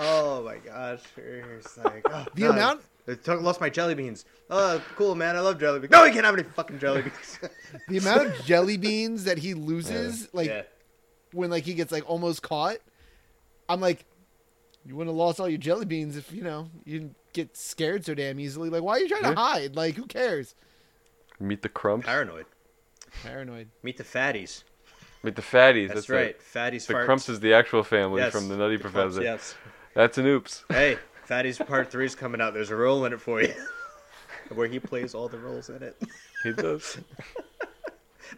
Speaker 3: Oh my gosh, it's like oh,
Speaker 2: the
Speaker 3: God.
Speaker 2: amount
Speaker 3: They took, lost my jelly beans. Oh, cool, man. I love jelly beans. No, we can't have any fucking jelly beans. *laughs*
Speaker 2: The amount of jelly beans that he loses, like
Speaker 3: yeah.
Speaker 2: when like he gets like almost caught, I'm like, you wouldn't have lost all your jelly beans if you know you didn't get scared so damn easily. Like, why are you trying
Speaker 1: Yeah.
Speaker 2: to hide? Like, who cares?
Speaker 1: Meet the crumps.
Speaker 3: Paranoid.
Speaker 2: Paranoid.
Speaker 3: Meet the fatties.
Speaker 1: Meet the fatties.
Speaker 3: That's,
Speaker 1: That's,
Speaker 3: right.
Speaker 1: It.
Speaker 3: Fatties
Speaker 1: The
Speaker 3: farts.
Speaker 1: crumps is the actual family
Speaker 3: Yes,
Speaker 1: from the Nutty
Speaker 3: the Crumps,
Speaker 1: Professor.
Speaker 3: yes.
Speaker 1: That's an oops.
Speaker 3: Hey, Fatty's Part 3 is coming out. There's a role in it for you. *laughs* Where he plays all the roles in it.
Speaker 1: He
Speaker 3: *laughs*
Speaker 1: does.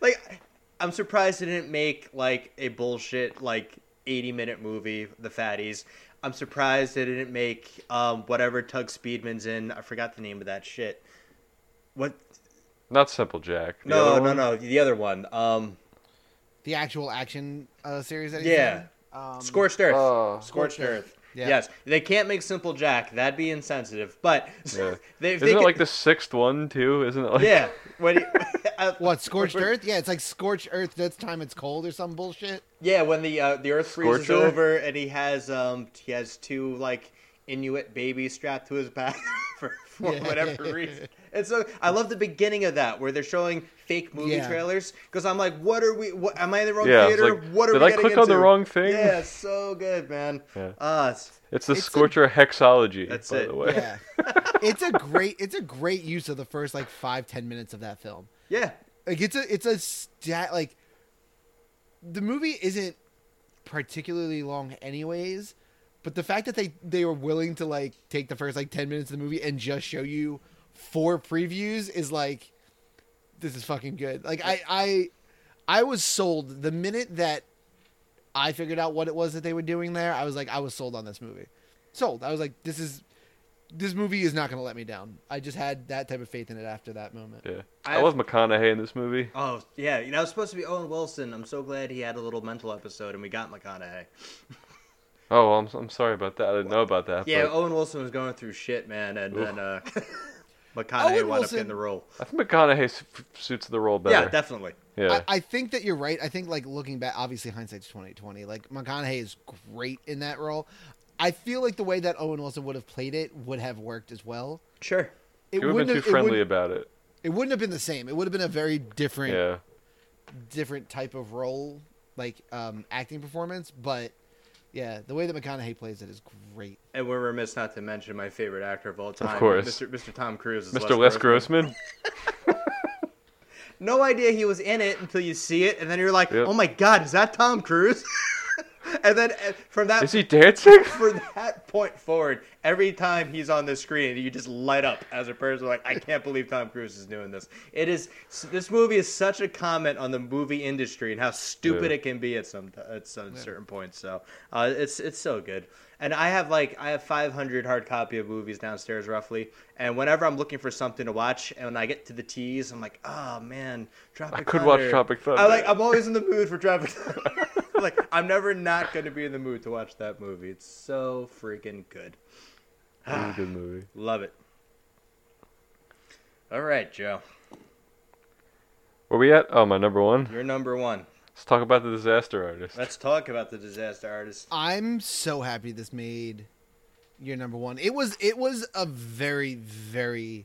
Speaker 3: Like, I'm surprised they didn't make, like, a bullshit, like, 80 minute movie, The Fatties. I'm surprised they didn't make um, whatever Tug Speedman's in. I forgot the name of that shit. What?
Speaker 1: Not Simple Jack. The
Speaker 3: No,
Speaker 1: other
Speaker 3: no,
Speaker 1: one?
Speaker 3: no. The other one. Um,
Speaker 2: The actual action uh, series that he's
Speaker 3: Yeah.
Speaker 2: in? Um,
Speaker 3: Scorched Earth.
Speaker 1: Oh.
Speaker 3: Scorched
Speaker 2: Scorched
Speaker 3: Earth.
Speaker 2: Earth. Yeah.
Speaker 3: Yes, they can't make Simple Jack. That'd be insensitive. But
Speaker 1: Yeah.
Speaker 3: *laughs* they, if
Speaker 1: Isn't
Speaker 3: they
Speaker 1: it
Speaker 3: could-
Speaker 1: like the sixth one too? Isn't it like *laughs*
Speaker 3: Yeah. When *laughs* he- I-
Speaker 2: What scorched
Speaker 3: when-
Speaker 2: earth? Yeah, it's like scorched earth. That's time it's cold or some bullshit.
Speaker 3: Yeah, when the uh, the Earth freezes
Speaker 1: Scorcher?
Speaker 3: over and he has um he has two like Inuit babies strapped to his back *laughs* for, for
Speaker 2: Yeah.
Speaker 3: whatever reason. And so I love the beginning of that where they're showing fake movie
Speaker 2: Yeah in
Speaker 3: trailers because I'm like, what are we? What am I in the wrong
Speaker 1: Yeah, it's
Speaker 3: theater?
Speaker 1: like,
Speaker 3: what are
Speaker 1: did
Speaker 3: we
Speaker 1: I
Speaker 3: getting
Speaker 1: click on the
Speaker 3: into?
Speaker 1: wrong thing?
Speaker 3: Yeah, it's so good, man.
Speaker 1: Yeah.
Speaker 3: Ah, it's-
Speaker 1: It's the
Speaker 2: It's a-
Speaker 1: Scorcher hexology.
Speaker 3: That's
Speaker 1: by
Speaker 3: it.
Speaker 1: The way.
Speaker 2: Yeah, *laughs* it's a great it's a great use of the first like five ten minutes of that film.
Speaker 3: yeah.
Speaker 2: Like it's a it's a stat like the movie isn't particularly long anyways, but the fact that they they were willing to like take the first like ten minutes of the movie and just show you four previews is like this is fucking good. Like I I I was sold the minute that I figured out what it was that they were doing there. I was like I was sold on this movie. Sold. I was like this is this movie is not going to let me down. I just had that type of faith in it after that moment.
Speaker 1: Yeah.
Speaker 3: I
Speaker 1: I, love McConaughey in this movie.
Speaker 3: Oh yeah, you know it's supposed to be Owen Wilson. I'm so glad he had a little mental episode and we got McConaughey.
Speaker 1: Oh, well, I'm I'm sorry about that. I didn't know about that.
Speaker 3: Yeah, oh.
Speaker 1: but
Speaker 3: Owen Wilson was going through shit, man, and
Speaker 1: Oof.
Speaker 3: then uh, *laughs*
Speaker 2: Owen
Speaker 3: McConaughey wound up
Speaker 2: Wilson-
Speaker 3: getting the role.
Speaker 1: I think McConaughey s- suits the role better.
Speaker 3: Yeah, definitely.
Speaker 1: Yeah.
Speaker 2: I, I think that you're right. I think like looking back, obviously hindsight's twenty twenty. Like McConaughey is great in that role. I feel like the way that Owen Wilson would have played it would have worked as well.
Speaker 3: Sure.
Speaker 2: It
Speaker 1: he would have been too
Speaker 2: it
Speaker 1: friendly
Speaker 2: wouldn't-
Speaker 1: about it.
Speaker 2: It wouldn't have been the same. It would have been a very different,
Speaker 1: Yeah.
Speaker 2: different type of role, like um, acting performance. But yeah, the way that McConaughey plays it is great.
Speaker 3: And we're remiss not to mention my favorite actor of all time,
Speaker 1: course.
Speaker 3: Mr. Mr. Tom Cruise. Is
Speaker 1: Mr. Les Grossman.
Speaker 3: *laughs* No idea he was in it until you see it, and then you're like,
Speaker 1: Yep.
Speaker 3: "Oh my God, is that Tom Cruise?" *laughs* and then uh, from that
Speaker 1: Is he dancing?
Speaker 3: from that point forward, every time he's on the screen, you just light up as a person. Like, I can't believe Tom Cruise is doing this. It is this movie is such a comment on the movie industry and how stupid
Speaker 1: Yeah.
Speaker 3: it can be at some at some certain points. So uh, it's it's so good. And I have like I have 500 hard copy of movies downstairs roughly. And whenever I'm looking for something to watch, and when I get to the T's, I'm like, oh man, Tropic
Speaker 1: could watch
Speaker 3: Thunder."
Speaker 1: Tropic Thunder.
Speaker 3: I like I'm always in the mood for
Speaker 1: *laughs*
Speaker 3: Tropic Thunder. *laughs* like I'm never not going to be in the mood to watch that movie. It's so freaking
Speaker 1: It
Speaker 3: good. Ah.
Speaker 1: was a good movie.
Speaker 3: Love it. All right, Joe,
Speaker 1: Where we at? Oh, my number one.
Speaker 3: you're number one.
Speaker 1: Let's talk about the disaster artist.
Speaker 3: Let's talk about the disaster artist.
Speaker 2: I'm so happy this made your number one. It was it was a very very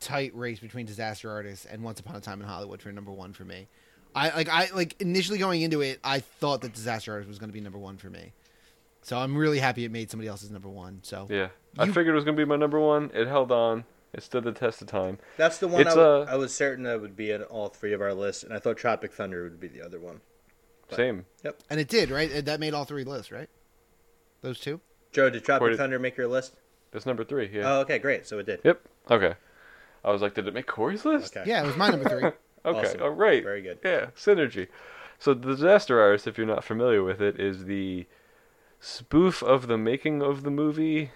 Speaker 2: tight race between Disaster Artist and Once Upon a Time in Hollywood for number one for me. I like I like initially going into it, I thought that Disaster Artist was going to be number one for me. So I'm really happy it made somebody else's number one. So
Speaker 1: Yeah. I
Speaker 2: You-
Speaker 1: figured it was gonna be my number one. It held on. It stood the test of time.
Speaker 3: That's the one I
Speaker 1: It's,
Speaker 3: wa-
Speaker 1: uh,
Speaker 3: I was certain that would be in all three of our lists, and I thought Tropic Thunder would be the other one.
Speaker 1: Same.
Speaker 2: and it did right. That made all three lists, right? Those two.
Speaker 3: Joe, did Tropic
Speaker 1: Where did-
Speaker 3: Thunder make your list?
Speaker 1: That's number three. Yeah.
Speaker 3: Oh, okay, great. So it did.
Speaker 1: Yep. Okay. I was like, did it make Corey's list?
Speaker 3: Okay.
Speaker 2: Yeah, it was my
Speaker 1: *laughs*
Speaker 2: number three.
Speaker 1: Okay.
Speaker 3: Awesome.
Speaker 1: All right.
Speaker 3: Very good.
Speaker 1: Yeah. Synergy. So, The Disaster Artist, if you're not familiar with it, is the spoof of the making of the movie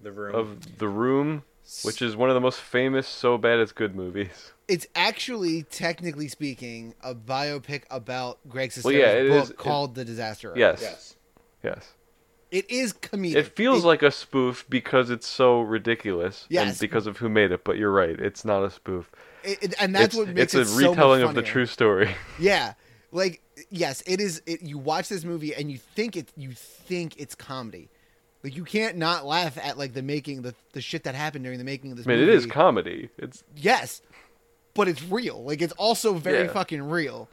Speaker 3: The room.
Speaker 1: of The Room, which is one of the most famous so bad it's good
Speaker 3: *laughs*
Speaker 1: movies.
Speaker 2: It's actually, technically speaking, a biopic about Greg Sestera's
Speaker 1: Well, yeah, it
Speaker 2: book
Speaker 1: is- it-
Speaker 2: called The Disaster Artist.
Speaker 1: Yes. Yes.
Speaker 3: yes.
Speaker 2: It is comedic.
Speaker 1: It feels like a spoof because it's so ridiculous and
Speaker 2: Yes.
Speaker 1: because of who made it, but you're right. It's not a spoof.
Speaker 2: it, it- and that's
Speaker 1: it's,
Speaker 2: what
Speaker 1: it's
Speaker 2: makes it
Speaker 1: a
Speaker 2: so much
Speaker 1: retelling of the
Speaker 2: funnier.
Speaker 1: true story. *laughs*
Speaker 2: Yeah, like yes, it is. It, you watch this movie and you think it. You think it's comedy. Like you can't not laugh at like the making the the shit that happened during the making of this
Speaker 1: I mean,
Speaker 2: movie.
Speaker 1: it is comedy. It's
Speaker 2: yes, but it's real. Like it's also very
Speaker 1: Yeah.
Speaker 2: fucking real,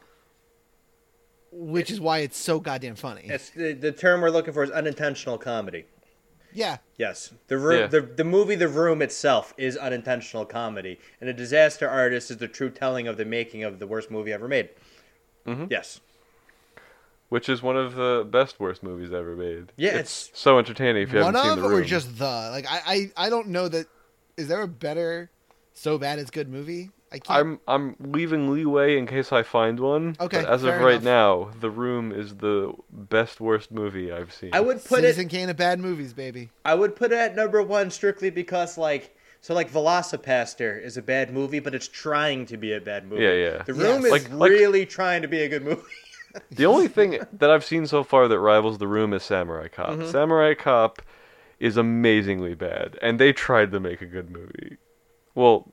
Speaker 2: which is why it's so goddamn funny.
Speaker 3: It's the, the term we're looking for is unintentional comedy.
Speaker 2: Yeah,
Speaker 3: Yes, the room,
Speaker 1: Yeah.
Speaker 3: the the movie, The Room itself is unintentional comedy, and The Disaster Artist is the true telling of the making of the worst movie ever made.
Speaker 1: Mm-hmm.
Speaker 3: Yes,
Speaker 1: which is one of the best worst movies ever made.
Speaker 3: Yeah,
Speaker 1: so entertaining if you
Speaker 2: one
Speaker 1: haven't seen
Speaker 2: of
Speaker 1: the
Speaker 2: or
Speaker 1: room.
Speaker 2: just the like I, I I don't know that. Is there a better so bad it's good movie? I can't.
Speaker 1: I'm I'm leaving leeway in case I find one.
Speaker 2: Okay,
Speaker 1: but as of
Speaker 2: fair
Speaker 1: right
Speaker 2: enough.
Speaker 1: now, The Room is the best worst movie I've seen.
Speaker 3: I would put it.
Speaker 2: Citizen Kane of bad movies, baby.
Speaker 3: I would put it at number one strictly because, like, so like Velocipaster is a bad movie, but it's trying to be a bad movie.
Speaker 1: Yeah, yeah.
Speaker 3: The
Speaker 2: Yes.
Speaker 3: Room is
Speaker 1: Like- like-
Speaker 3: really trying to be a good movie.
Speaker 1: The only
Speaker 2: *laughs*
Speaker 1: thing that I've seen so far that rivals The Room is Samurai Cop.
Speaker 2: Mm-hmm.
Speaker 1: Samurai Cop is amazingly bad, and they tried to make a good movie. Well,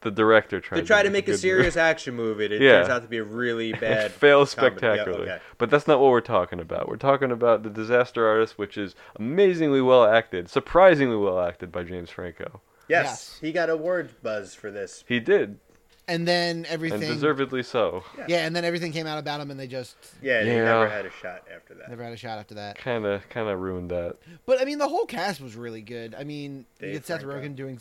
Speaker 1: the director tried.
Speaker 3: *laughs* They try to
Speaker 1: a
Speaker 3: make a
Speaker 1: good
Speaker 3: serious action movie. and It
Speaker 1: Yeah.
Speaker 3: turns out to be a really
Speaker 1: movie. *laughs*
Speaker 3: bad.
Speaker 1: It fails
Speaker 3: comedy. Yeah,
Speaker 1: spectacularly,
Speaker 3: okay.
Speaker 1: but that's not what we're talking about. We're talking about the Disaster Artist, which is amazingly well acted, surprisingly well acted by James Franco.
Speaker 3: Yes,
Speaker 2: Yes.
Speaker 3: he got award buzz for this.
Speaker 1: He did,
Speaker 2: And then
Speaker 1: and
Speaker 2: everything.
Speaker 1: deservedly so.
Speaker 2: yeah, and then everything came out about him, and they just
Speaker 3: Yeah, he
Speaker 1: Yeah.
Speaker 3: never had a shot after that.
Speaker 2: never had a shot after that.
Speaker 1: Kind of, kind of ruined that.
Speaker 2: But I mean, the whole cast was really good. I mean,
Speaker 3: Dave
Speaker 2: you get Seth
Speaker 3: Franco.
Speaker 2: Rogen doing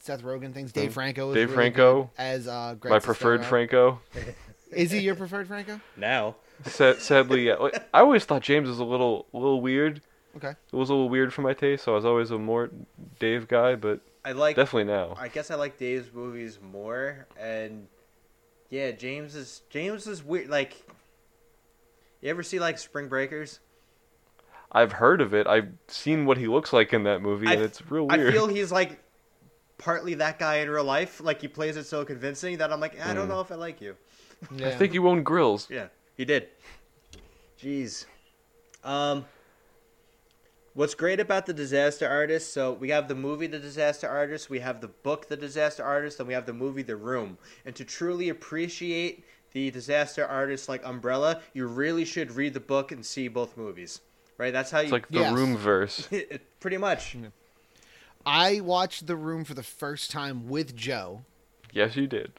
Speaker 2: Seth Rogen things. Dave Franco. Was
Speaker 1: Mm-hmm. Dave
Speaker 2: really
Speaker 1: Franco,
Speaker 2: good as uh, Greg
Speaker 1: My preferred
Speaker 2: Sestero.
Speaker 1: Franco.
Speaker 2: Is he your preferred Franco?
Speaker 3: Now,
Speaker 1: Sa- sadly, yeah. Like, I always thought James was a little, little weird.
Speaker 2: Okay.
Speaker 1: It was a little weird for my taste, so I was always a more Dave guy, but
Speaker 3: I like.
Speaker 1: definitely now.
Speaker 3: I guess I like Dave's movies more, and yeah, James is James is weird. Like, you ever see like Spring Breakers?
Speaker 1: I've heard of it. I've seen what he looks like in that movie,
Speaker 3: I-
Speaker 1: and it's real
Speaker 3: I
Speaker 1: weird.
Speaker 3: feel he's like partly that guy in real life. Like he plays it so convincing that I'm like, I
Speaker 1: Mm.
Speaker 3: don't know if I like you.
Speaker 1: *laughs*
Speaker 2: Yeah.
Speaker 1: I think you own grills.
Speaker 3: Yeah, he did. Jeez. Um, what's great about the Disaster Artist? So we have the movie The Disaster Artist, we have the book The Disaster Artist, and we have the movie The Room. And to truly appreciate the Disaster Artist like umbrella, you really should read the book and see both movies. Right? That's how you.
Speaker 1: It's like the
Speaker 2: Yes.
Speaker 1: room verse.
Speaker 3: *laughs* pretty much.
Speaker 2: I watched The Room for the first time with Joe
Speaker 1: Yes, you did.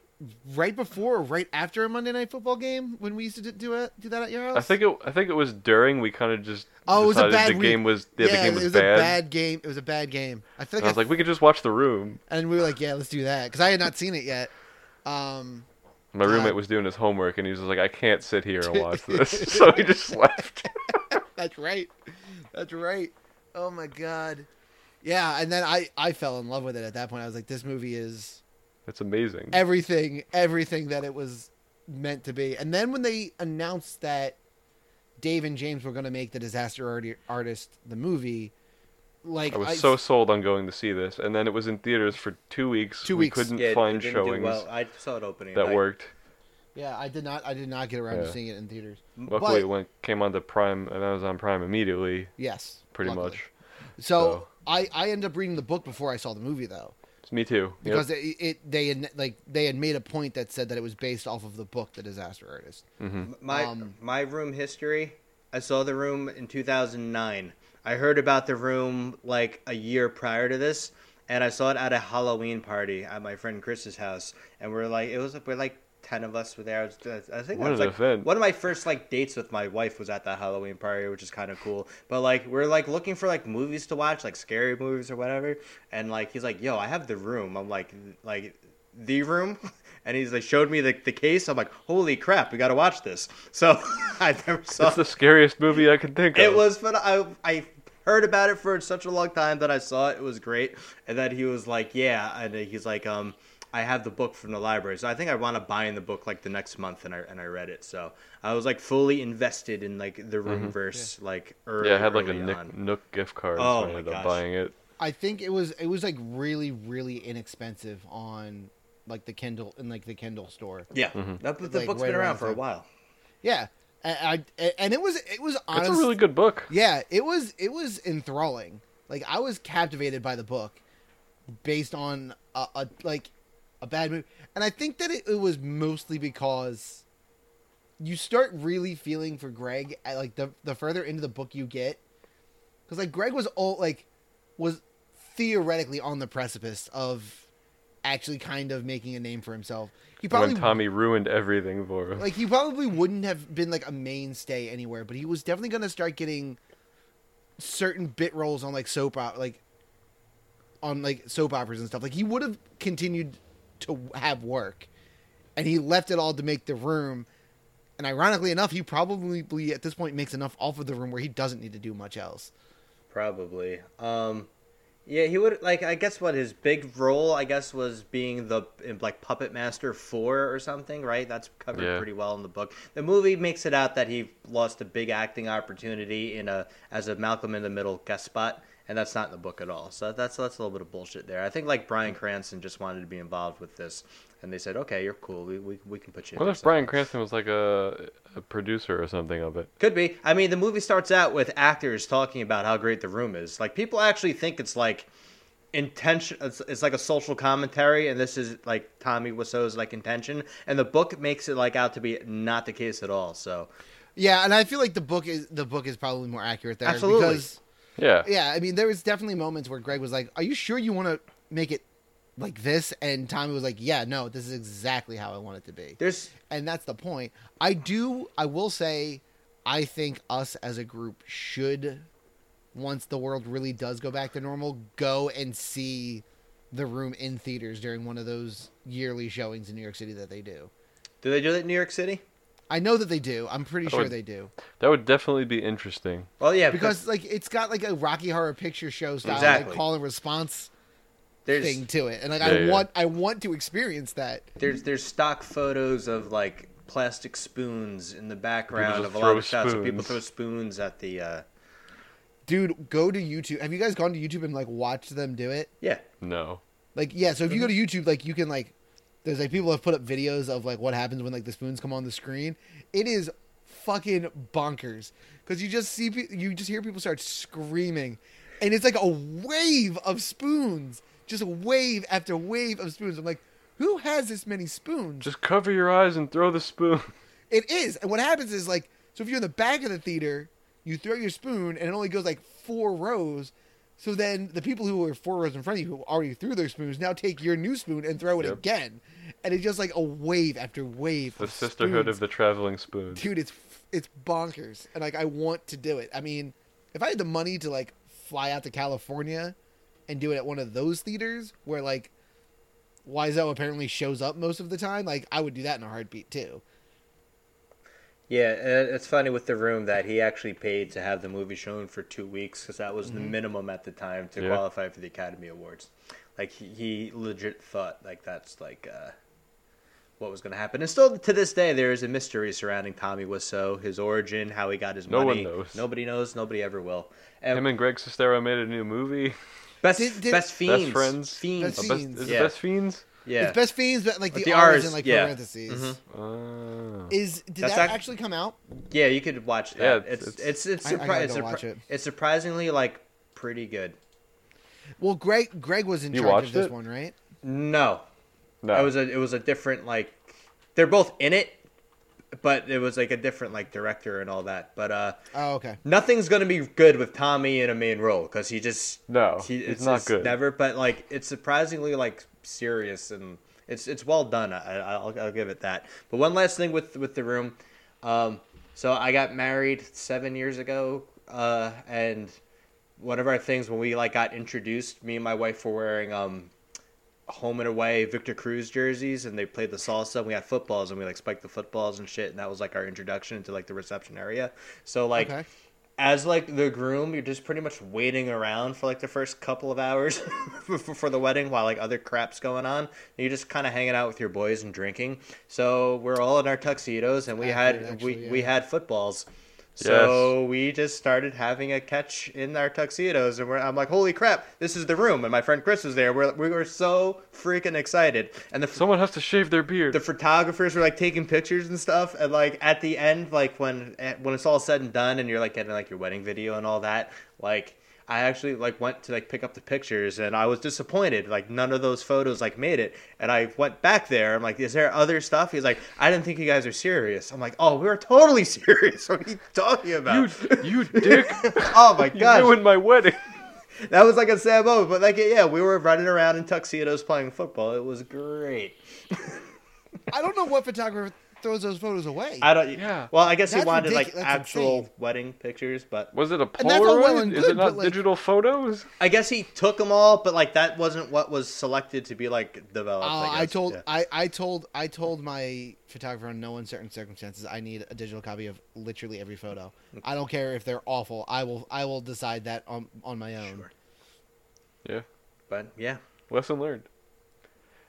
Speaker 2: right before, or right after a Monday Night Football game when we used to d- do it, do that at your house.
Speaker 1: I think it. I think it was during we kind of just
Speaker 2: Oh, it was a
Speaker 1: decided
Speaker 2: bad
Speaker 1: the
Speaker 2: week.
Speaker 1: game was yeah, the game was,
Speaker 2: it was
Speaker 1: bad.
Speaker 2: a bad game. It was a bad game. I feel
Speaker 1: And
Speaker 2: like
Speaker 1: I was
Speaker 2: I-
Speaker 1: like, we could just watch the room.
Speaker 2: and we were like, yeah, let's do that because I had not seen it yet. Um,
Speaker 1: My roommate was doing his homework, and he was just like, I can't sit here and
Speaker 2: *laughs*
Speaker 1: watch this, *laughs* so he just left.
Speaker 2: That's right. That's right. Oh my god. Yeah, and then I I fell in love with it at that point. I was like this movie is
Speaker 1: It's amazing.
Speaker 2: everything everything that it was meant to be. And then when they announced that Dave and James were going to make the disaster Arti- artist the movie like
Speaker 1: I was so sold on going to see this, and then it was in theaters for two weeks.
Speaker 2: Two
Speaker 1: we
Speaker 2: weeks.
Speaker 1: couldn't
Speaker 3: Yeah, it
Speaker 1: find
Speaker 3: didn't do
Speaker 1: showings
Speaker 3: well. I saw it opening.
Speaker 1: that
Speaker 3: night.
Speaker 1: worked.
Speaker 2: Yeah, I did not I did not get around
Speaker 1: Yeah.
Speaker 2: to seeing it in theaters.
Speaker 1: Luckily,
Speaker 2: But-
Speaker 1: it went came onto Prime and Amazon Prime immediately,
Speaker 2: Yes.
Speaker 1: pretty
Speaker 2: luckily.
Speaker 1: much.
Speaker 2: So,
Speaker 1: So-
Speaker 2: I I ended up reading the book before I saw the movie though.
Speaker 1: It's me too. Yep.
Speaker 2: because it, it they had like they had made a point that said that it was based off of the book The Disaster Artist.
Speaker 1: Mm-hmm.
Speaker 3: My
Speaker 2: Um,
Speaker 3: my room history. I saw the room in 2009. I heard about the room like a year prior to this, and I saw it at a Halloween party at my friend Chris's house. And we're like, it was we're like ten of us were there. I, was, I think
Speaker 1: What
Speaker 3: that was
Speaker 1: an
Speaker 3: like
Speaker 1: event.
Speaker 3: one of my first like dates with my wife was at that Halloween party, which is kind of cool. But like we're like looking for like movies to watch, like scary movies or whatever. And like he's like, "Yo, I have the room." I'm like, "Like the room," *laughs* and he's like showed me the, the case. I'm like, "Holy crap, we gotta watch this." So *laughs* I never saw.
Speaker 1: it's the scariest movie I can think of.
Speaker 3: It was fun. I I heard about it for such a long time that I saw it. It was great, and then he was like, "Yeah," and he's like, "Um, I have the book from the library, so I think I want to buy in the book like the next month." And I and I read it, so I was like fully invested in like the room verse like early.
Speaker 1: Mm-hmm. yeah, I had like a
Speaker 3: early
Speaker 1: Nick,
Speaker 3: on.
Speaker 1: Nook gift card.
Speaker 3: Oh
Speaker 1: so I
Speaker 3: my
Speaker 1: ended up
Speaker 3: gosh.
Speaker 1: buying it.
Speaker 2: I think it was it was like really really inexpensive on like the Kindle in like the Kindle store.
Speaker 3: Yeah,
Speaker 1: Mm-hmm.
Speaker 3: that, the
Speaker 2: Like,
Speaker 3: book's
Speaker 2: right
Speaker 3: been around
Speaker 2: around
Speaker 3: for
Speaker 2: the
Speaker 3: a
Speaker 2: time.
Speaker 3: while.
Speaker 2: Yeah, and, I, and it was it was
Speaker 1: It's
Speaker 2: honestly
Speaker 1: a really good book.
Speaker 2: yeah it was it was enthralling. Like I was captivated by the book based on a, a like a bad movie, and I think that it, it was mostly because you start really feeling for Greg at like the the further into the book you get. because like Greg was all like was theoretically on the precipice of actually kind of making a name for himself. He probably
Speaker 1: when Tommy ruined everything for him.
Speaker 2: like he probably wouldn't have been like a mainstay anywhere, but he was definitely going to start getting certain bit roles on like soap op- like on like soap operas and stuff. Like he would have continued to have work, and he left it all to make the room. And ironically enough, he probably at this point makes enough off of the room where he doesn't need to do much else.
Speaker 3: Probably. Um, yeah, he would like. I guess what his big role, I guess, was being the in, like puppet master four or something, right? That's covered
Speaker 1: Yeah.
Speaker 3: pretty well in the book. The movie makes it out that he lost a big acting opportunity in a as a Malcolm in the Middle guest spot, and that's not in the book at all. So that's that's a little bit of bullshit there. I think like Brian Cranston just wanted to be involved with this, and they said, okay, you're cool. We we, we can put you. in
Speaker 1: What
Speaker 2: *laughs*
Speaker 3: or
Speaker 1: if Brian Cranston was like a, a producer or something of it?
Speaker 3: Could be. I mean, the movie starts out with actors talking about how great the room is. Like people actually think it's like intention. It's, it's like a social commentary, and this is like Tommy Wiseau's like intention. And the book makes it like out to be not the case at all. So
Speaker 2: Yeah, and I feel like the book is the book is probably more accurate there
Speaker 3: Absolutely.
Speaker 2: because
Speaker 1: Yeah.
Speaker 2: yeah, I mean there was definitely moments where Greg was like, "Are you sure you want to make it like this?" And Tommy was like, "Yeah, no, this is exactly how I want it to be."
Speaker 3: there's
Speaker 2: and that's the point. I do. I will say, I think us as a group should, once the world really does go back to normal, go and see the room in theaters during one of those yearly showings in New York City that they do.
Speaker 3: do they do that in New York City?
Speaker 2: I know that they do. I'm pretty sure
Speaker 1: would-
Speaker 2: they do
Speaker 1: That would definitely be interesting.
Speaker 3: Well, yeah,
Speaker 2: because like it's got like a Rocky Horror Picture Show style
Speaker 3: Exactly.
Speaker 2: like, call and response
Speaker 3: there's
Speaker 2: thing to it, and like
Speaker 1: Yeah,
Speaker 2: I
Speaker 1: yeah.
Speaker 2: want I want to experience that.
Speaker 3: there's there's stock photos of like plastic spoons in the background
Speaker 1: just
Speaker 3: of a
Speaker 1: throw
Speaker 3: lot of shots. Of people
Speaker 1: spoons.
Speaker 3: throw spoons at the uh,
Speaker 2: Dude, go to YouTube. Have you guys gone to YouTube and like watched them do it?
Speaker 3: yeah.
Speaker 1: No.
Speaker 2: Like yeah, so if you go to
Speaker 1: Mm-hmm.
Speaker 2: YouTube, like you can like there's like people have put up videos of like what happens when like the spoons come on the screen. It is fucking bonkers because you just see pe- you just hear people start screaming, and it's like a wave of spoons, just wave after wave of spoons. I'm like, who has this many spoons?
Speaker 1: Just cover your eyes and throw the spoon. *laughs*
Speaker 2: It is. And what happens is like so if you're in the back of the theater, you throw your spoon and it only goes like four rows. So then the people who are four rows in front of you who already threw their spoons now take your new spoon and throw it
Speaker 1: Yep.
Speaker 2: again. And it's just like a wave after wave.
Speaker 1: The
Speaker 2: of
Speaker 1: Sisterhood
Speaker 2: spoons.
Speaker 1: of the Traveling Spoon.
Speaker 2: Dude, it's it's bonkers. And like I want to do it. I mean, if I had the money to like fly out to California and do it at one of those theaters where like Wiseau apparently shows up most of the time, like I would do that in a heartbeat too.
Speaker 3: Yeah, and it's funny with the room that he actually paid to have the movie shown for two weeks because that was the minimum at the time to
Speaker 1: Mm-hmm. Yeah.
Speaker 3: qualify for the Academy Awards. Like he, he legit thought like that's like uh, what was going to happen, and still to this day there is a mystery surrounding Tommy Wiseau, his origin, how he got his
Speaker 1: No one
Speaker 3: money.
Speaker 1: knows.
Speaker 3: Nobody knows. Nobody ever will.
Speaker 1: Him
Speaker 3: And
Speaker 1: and Greg Sestero made a new movie.
Speaker 3: best
Speaker 2: Did- did-
Speaker 3: best fiends,
Speaker 1: Best friends.
Speaker 3: fiends.
Speaker 1: Uh,
Speaker 2: Best
Speaker 1: best,
Speaker 2: Fiends.
Speaker 1: is
Speaker 3: Yeah.
Speaker 1: it Best Fiends?
Speaker 3: Yeah,
Speaker 2: It's Best Fiends, but like the,
Speaker 3: But the
Speaker 2: R's
Speaker 3: Rs,
Speaker 2: in like
Speaker 3: yeah.
Speaker 2: parentheses.
Speaker 3: Mhm.
Speaker 1: Oh.
Speaker 2: Is did
Speaker 3: That's
Speaker 2: that
Speaker 3: ac-
Speaker 2: actually come out?
Speaker 3: yeah. You could watch that.
Speaker 1: Yeah,
Speaker 3: it's
Speaker 1: it's-
Speaker 3: it's it's, it's,
Speaker 2: I- I gotta
Speaker 3: surpri- it's,
Speaker 2: go
Speaker 3: surpri-
Speaker 2: watch it.
Speaker 3: it's surprisingly like pretty good.
Speaker 2: Well, Greg Greg was in
Speaker 1: You
Speaker 2: charge of
Speaker 1: watched
Speaker 2: this
Speaker 1: it?
Speaker 2: one, right?
Speaker 3: No,
Speaker 1: No.
Speaker 3: It was a it was a different like they're both in it, but it was like a different like director and all that. But uh
Speaker 2: Oh, okay.
Speaker 3: nothing's gonna be good with Tommy in a main role because he just
Speaker 1: No,
Speaker 3: he,
Speaker 1: it's not good.
Speaker 3: never. But like it's surprisingly like serious and it's it's well done. I, I- I'll I'll give it that. But one last thing with with the room, um, so I got married seven years ago, uh, and one of our things when we like got introduced, me and my wife were wearing um home and away Victor Cruz jerseys and they played the salsa and we had footballs and we like spiked the footballs and shit and that was like our introduction into like the reception area. So like
Speaker 2: Okay.
Speaker 3: as like the groom, you're just pretty much waiting around for like the first couple of hours *laughs* for, for the wedding while like other crap's going on. You're just kind of hanging out with your boys and drinking. So we're all in our tuxedos and we had
Speaker 2: Accurate,
Speaker 3: we
Speaker 2: actually,
Speaker 3: we
Speaker 2: yeah.
Speaker 3: had footballs. So we just started having a catch in our tuxedos, and we're, I'm like, "Holy crap! This is the room!" And my friend Chris was there. We're, we were so freaking excited, and the
Speaker 1: Someone has to shave their beard.
Speaker 3: the photographers were like taking pictures and stuff and like eh, at the end like when at- when it's all said and done and you're like getting like your wedding video and all that like I actually like went to like pick up the pictures and I was disappointed. Like none of those photos like made it. And I went back there. I'm like, is there other stuff? He's like, I didn't think you guys are serious. I'm like, oh, we were totally *laughs* serious. What are you talking
Speaker 2: *laughs*
Speaker 1: You,
Speaker 3: about?
Speaker 1: you dick.
Speaker 3: *laughs* oh my
Speaker 1: *laughs* you
Speaker 3: gosh.
Speaker 1: ruined my wedding.
Speaker 3: That was like a sad moment, but like yeah, we were running around in tuxedos playing football. It was great.
Speaker 2: I don't know what photographer throws those photos away.
Speaker 3: I don't.
Speaker 1: Yeah.
Speaker 3: Well, I guess he
Speaker 2: That's
Speaker 3: wanted
Speaker 2: ridicu-
Speaker 3: like
Speaker 2: that's
Speaker 3: actual
Speaker 2: insane.
Speaker 3: wedding pictures, but
Speaker 1: Was it a
Speaker 2: And that's all well
Speaker 1: Polaroid?
Speaker 2: and
Speaker 1: Is it
Speaker 2: good,
Speaker 1: not
Speaker 2: but, like-
Speaker 1: digital photos?
Speaker 3: I guess he took them all. But like that wasn't what was selected to be like developed.
Speaker 2: Uh,
Speaker 3: I,
Speaker 2: I
Speaker 3: guess.
Speaker 2: told
Speaker 3: Yeah.
Speaker 2: I, I told I told my photographer in no uncertain circumstances I need a digital copy of literally every photo.
Speaker 3: Mm.
Speaker 2: I don't care if they're awful. I will I will decide that on on my own.
Speaker 3: Sure.
Speaker 1: Yeah.
Speaker 3: But yeah,
Speaker 1: Lesson learned.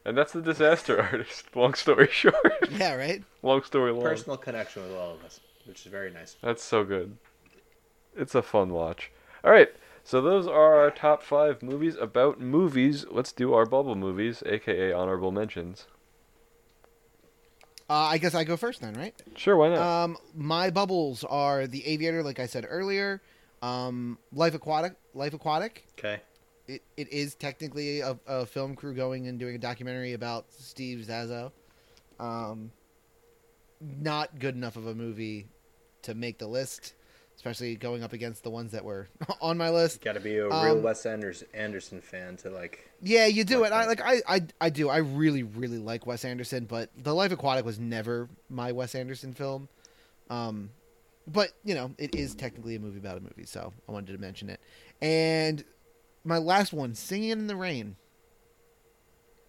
Speaker 1: And that's the disaster *laughs* artist. Long story *laughs* short.
Speaker 2: Yeah, right.
Speaker 1: Long story long.
Speaker 3: personal connection with all of us, which is very nice.
Speaker 1: That's so good. It's a fun watch. All right, so those are our top five movies about movies. Let's do our bubble movies, aka honorable mentions.
Speaker 2: Uh, I guess I go first then, right?
Speaker 1: Sure, *laughs* why not?
Speaker 2: Um, my bubbles are The Aviator, like I said earlier. Um, Life Aquatic. Life Aquatic.
Speaker 3: Okay.
Speaker 2: It, it is technically a, a film crew going and doing a documentary about Steve Zazo. Um, not good enough of a movie to make the list, especially going up against the ones that were *laughs* on my list.
Speaker 3: Got to be a real
Speaker 2: Um,
Speaker 3: Wes Anders- Anderson fan to like.
Speaker 2: Yeah, you do
Speaker 3: Like
Speaker 2: it. I
Speaker 3: that.
Speaker 2: like I, I I do. I really really like Wes Anderson, but The Life Aquatic was never my Wes Anderson film. Um but, you know, it is technically a movie about a movie, so I wanted to mention it. And my last one, Singing in the Rain.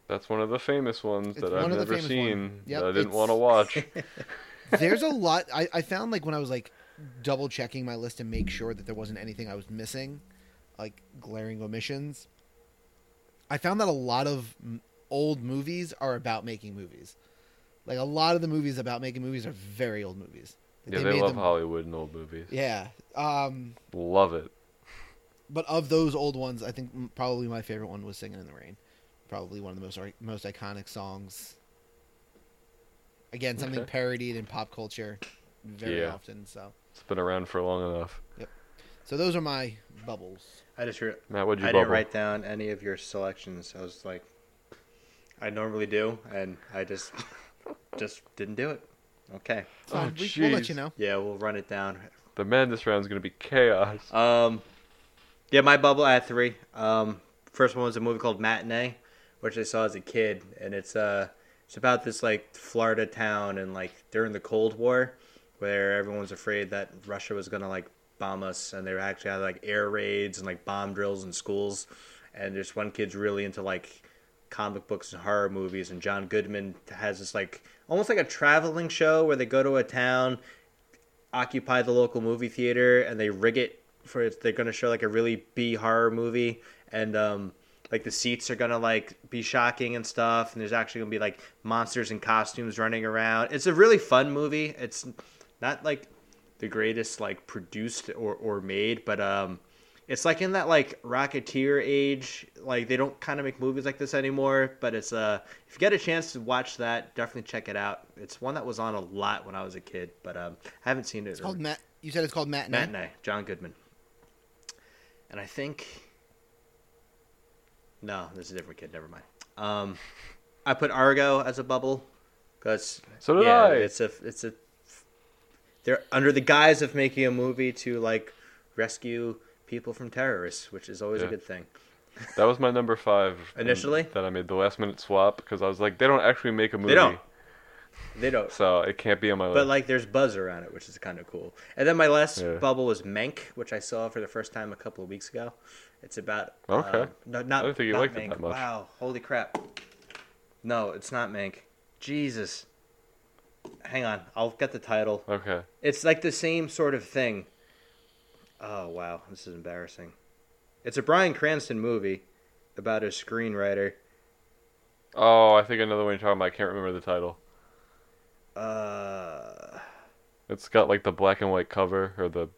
Speaker 1: That's one of the famous ones
Speaker 2: It's
Speaker 1: that
Speaker 2: one
Speaker 1: I've
Speaker 2: of the
Speaker 1: never
Speaker 2: famous
Speaker 1: seen
Speaker 2: one. Yep,
Speaker 1: that I didn't
Speaker 2: it's-
Speaker 1: want to
Speaker 2: *laughs*
Speaker 1: watch.
Speaker 2: There's a lot I, I found like when I was like double checking my list to make sure that there wasn't anything I was missing, like glaring omissions. I found that a lot of m- old movies are about making movies. Like a lot of the movies about making movies are very old movies. Like,
Speaker 1: yeah, they,
Speaker 2: made
Speaker 1: love
Speaker 2: them-
Speaker 1: Hollywood and old movies.
Speaker 2: Yeah. Um,
Speaker 1: Love it.
Speaker 2: but of those old ones, I think m- probably my favorite one was "Singing in the Rain." Probably one of the most ar- most iconic songs. Again, something
Speaker 1: *laughs* Okay.
Speaker 2: parodied in pop culture very
Speaker 1: Yeah.
Speaker 2: often. So,
Speaker 1: It's been around for long enough.
Speaker 2: so those are my bubbles.
Speaker 3: I just re-
Speaker 1: Matt, what'd you
Speaker 3: I
Speaker 1: bubble?
Speaker 3: didn't write down any of your selections. I was like, I normally do, and I just *laughs* just didn't do it. Okay.
Speaker 2: So
Speaker 1: Oh,
Speaker 2: we, we'll let
Speaker 1: jeez.
Speaker 2: you know.
Speaker 3: Yeah, we'll run it down.
Speaker 1: The madness round's gonna be chaos.
Speaker 3: Um, yeah, my bubble. I had three. Um, first one was a movie called Matinee, which I saw as a kid, and it's uh, it's about this like Florida town, and like during the Cold War, where everyone's afraid that Russia was gonna like bomb us, and they actually had like air raids and like bomb drills in schools, and there's one kid's really into like comic books and horror movies and John Goodman has this like almost like a traveling show where they go to a town occupy the local movie theater and they rig it for they're going to show like a really B horror movie and um like the seats are going to like be shocking and stuff and there's actually going to be like monsters in costumes running around. It's a really fun movie. It's not like the greatest like produced or or made, but um it's like in that like Rocketeer age, like they don't kind of make movies like this anymore. But it's uh, if you get a chance to watch that, definitely check it out. It's one that was on a lot when I was a kid, but um, I haven't seen it.
Speaker 2: It's called Matt. You said it's called Matt.
Speaker 3: Matinee, John Goodman. And I think. No, this is a different kid. Never mind. Um, I put Argo as a bubble because
Speaker 1: So did I.
Speaker 3: It's a it's a. They're under the guise of making a movie to like rescue people from terrorists, which is always
Speaker 1: Yeah.
Speaker 3: a good thing.
Speaker 1: That was my number five and
Speaker 3: Initially?
Speaker 1: That I made the last minute swap because I was like, they don't actually make a movie,
Speaker 3: They don't. They don't.
Speaker 1: so it can't be on my
Speaker 3: But
Speaker 1: list.
Speaker 3: like, there's buzz around it, which is kind of cool. And then my last
Speaker 1: Yeah.
Speaker 3: bubble was Mank, which I saw for the first time a couple of weeks ago. It's about
Speaker 1: Okay.
Speaker 3: um, no, not,
Speaker 1: I didn't think you
Speaker 3: not
Speaker 1: liked it
Speaker 3: Mank.
Speaker 1: that much.
Speaker 3: Wow, holy crap! No, it's not Mank. Jesus. Hang on, I'll get the title.
Speaker 1: okay.
Speaker 3: It's like the same sort of thing. Oh wow, this is embarrassing. It's a Brian Cranston movie about a screenwriter.
Speaker 1: Oh, I think I know the one you're talking about. I can't remember the title.
Speaker 3: Uh,
Speaker 1: It's got like the black and white cover or the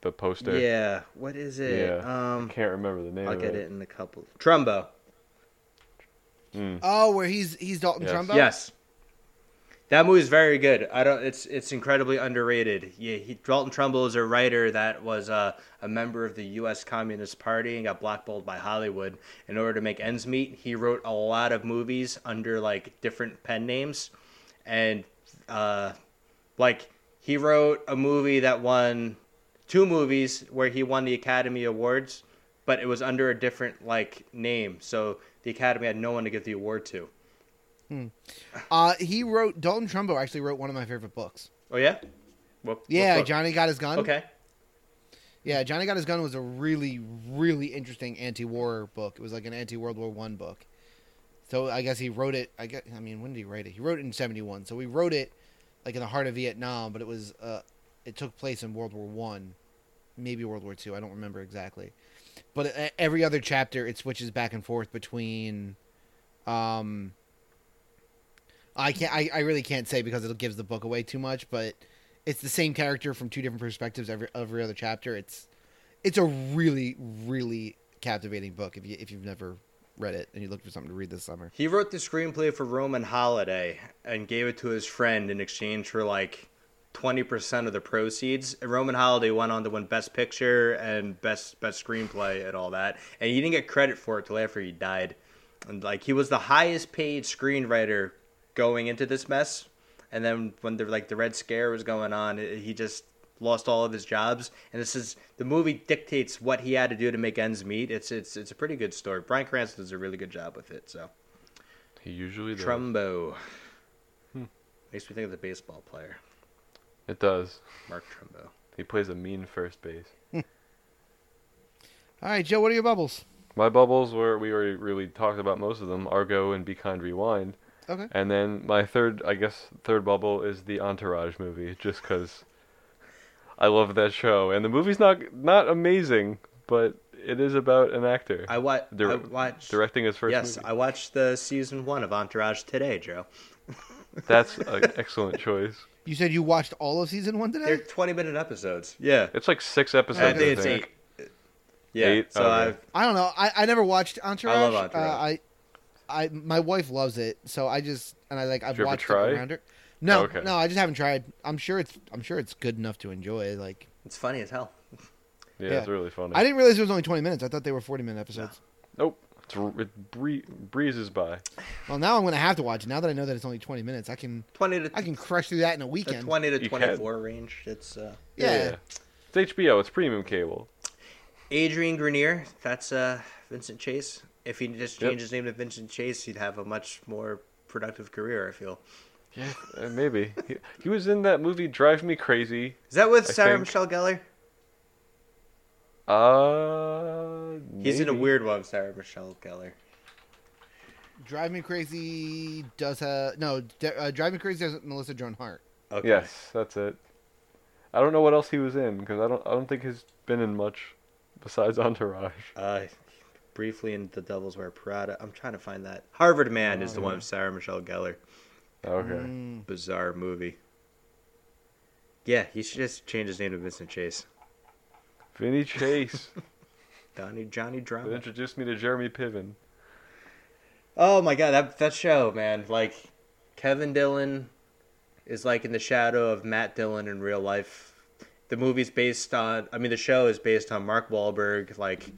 Speaker 1: the poster.
Speaker 3: yeah. What is it?
Speaker 1: Yeah.
Speaker 3: Um,
Speaker 1: Can't remember the name.
Speaker 3: I'll
Speaker 1: of
Speaker 3: get
Speaker 1: it.
Speaker 3: it in a couple. Trumbo.
Speaker 2: Oh, where he's he's Dalton
Speaker 1: Yes.
Speaker 2: Trumbo.
Speaker 3: Yes. That movie's very good. I don't. It's it's incredibly underrated. Yeah, he, Dalton Trumbull is a writer that was uh, a member of the U.S. Communist Party and got blackballed by Hollywood in order to make ends meet. He wrote a lot of movies under like different pen names, and uh, like he wrote a movie that won two movies where he won the Academy Awards, but it was under a different like name, so the Academy had no one to give the award to.
Speaker 2: Uh, he wrote Dalton Trumbo actually wrote one of my favorite books.
Speaker 3: Oh yeah, what,
Speaker 2: Yeah,
Speaker 3: what book?
Speaker 2: Johnny got his gun.
Speaker 3: Okay,
Speaker 2: Yeah, Johnny Got His Gun was a really, really interesting anti-war book. It was like an anti-World War One book. So I guess he wrote it. I guess, I mean, when did he write it? He wrote it in '71. So we wrote it like in the heart of Vietnam, but it was uh, it took place in World War One, maybe World War Two. I don't remember exactly. But e- every other chapter, it switches back and forth between. Um, I can't. I, I really can't say because it gives the book away too much. But it's the same character from two different perspectives every every other chapter. It's it's a really really captivating book if you if you've never read it and you look for something to read this summer.
Speaker 3: He wrote the screenplay for Roman Holiday and gave it to his friend in exchange for like 20% of the proceeds. And Roman Holiday went on to win Best Picture and Best Best Screenplay and all that. And he didn't get credit for it till after he died. And like he was the highest paid screenwriter going into this mess. And then when the like the Red Scare was going on, it- he just lost all of his jobs. And this is the movie dictates what he had to do to make ends meet. It's it's it's a pretty good story. Brian Cranston does a really good job with it. So.
Speaker 1: He usually does.
Speaker 3: Trumbo.
Speaker 1: Hmm.
Speaker 3: Makes me think of the baseball player,
Speaker 1: It does.
Speaker 3: Mark Trumbo.
Speaker 1: He plays a mean first base.
Speaker 2: All right, Joe, what are your bubbles?
Speaker 1: My bubbles were we already really talked about most of them. Argo and Be Kind Rewind.
Speaker 2: Okay.
Speaker 1: And then my third, I guess, third bubble is the Entourage movie, just because I love that show. And the movie's not not amazing, but it is about an actor
Speaker 3: I, wa- I
Speaker 1: Dir-
Speaker 3: watched.
Speaker 1: directing his first
Speaker 3: yes,
Speaker 1: movie.
Speaker 3: I watched the season one of Entourage today, Joe.
Speaker 1: That's an excellent choice.
Speaker 2: You said you watched all of season one today.
Speaker 3: They're twenty minute episodes. Yeah,
Speaker 1: It's like six
Speaker 3: I
Speaker 1: episodes.
Speaker 3: think
Speaker 1: I
Speaker 3: it's
Speaker 1: think.
Speaker 3: eight. Yeah,
Speaker 1: Eight?
Speaker 3: so
Speaker 1: Okay.
Speaker 3: I've
Speaker 2: I don't know. I, I never watched Entourage.
Speaker 3: I love Entourage.
Speaker 2: Uh, I I my wife loves it, so I just and I like I've
Speaker 1: you ever
Speaker 2: watched it
Speaker 1: try?
Speaker 2: around her. No,
Speaker 1: Okay.
Speaker 2: no, I just haven't tried. I'm sure it's I'm sure it's good enough to enjoy. Like
Speaker 3: it's funny as hell.
Speaker 1: Yeah,
Speaker 2: yeah.
Speaker 1: it's really funny.
Speaker 2: I didn't realize it was only 20 minutes. I thought they were 40 minute episodes.
Speaker 1: Nope. It's, r- it bree- breezes by.
Speaker 2: Well, now I'm gonna have to watch it. Now that I know that it's only 20 minutes, I can
Speaker 3: Twenty to
Speaker 2: I can crush through that in a
Speaker 3: the
Speaker 2: weekend.
Speaker 3: twenty to
Speaker 1: You
Speaker 3: twenty four range. It's uh,
Speaker 2: yeah.
Speaker 1: It's HBO. It's premium cable.
Speaker 3: Adrian Grenier. That's uh, Vincent Chase. If he just
Speaker 1: Yep.
Speaker 3: changed his name to Vincent Chase, he'd have a much more productive career. I feel.
Speaker 1: Yeah, uh, maybe. He, he was in that movie Drive Me Crazy.
Speaker 3: Is that with
Speaker 1: I
Speaker 3: Sarah
Speaker 1: think-
Speaker 3: Michelle Gellar?
Speaker 1: Uh,
Speaker 3: He's in a
Speaker 1: maybe.
Speaker 3: weird one, Sarah Michelle Gellar.
Speaker 2: Drive Me Crazy does have no. D- Uh, Drive Me Crazy has Melissa Joan Hart.
Speaker 3: Okay.
Speaker 1: Yes, that's it. I don't know what else he was in because I don't. I don't think he's been in much besides *laughs* Entourage.
Speaker 3: Uh, briefly in The Devils Wear Prada. I'm trying to find that. Harvard Man
Speaker 1: Oh,
Speaker 3: is the one with Sarah Michelle Gellar.
Speaker 1: Okay.
Speaker 2: Mm,
Speaker 3: Bizarre movie. Yeah, he should just change his name to Vincent Chase.
Speaker 1: Vinny Chase
Speaker 3: *laughs* Donnie Johnny
Speaker 1: that
Speaker 3: Drama.
Speaker 1: introduced me to Jeremy Piven.
Speaker 3: Oh my god, that that show, man. Like Kevin Dillon is like in the shadow of Matt Dillon in real life. The movie's based on I mean the show is based on Mark Wahlberg like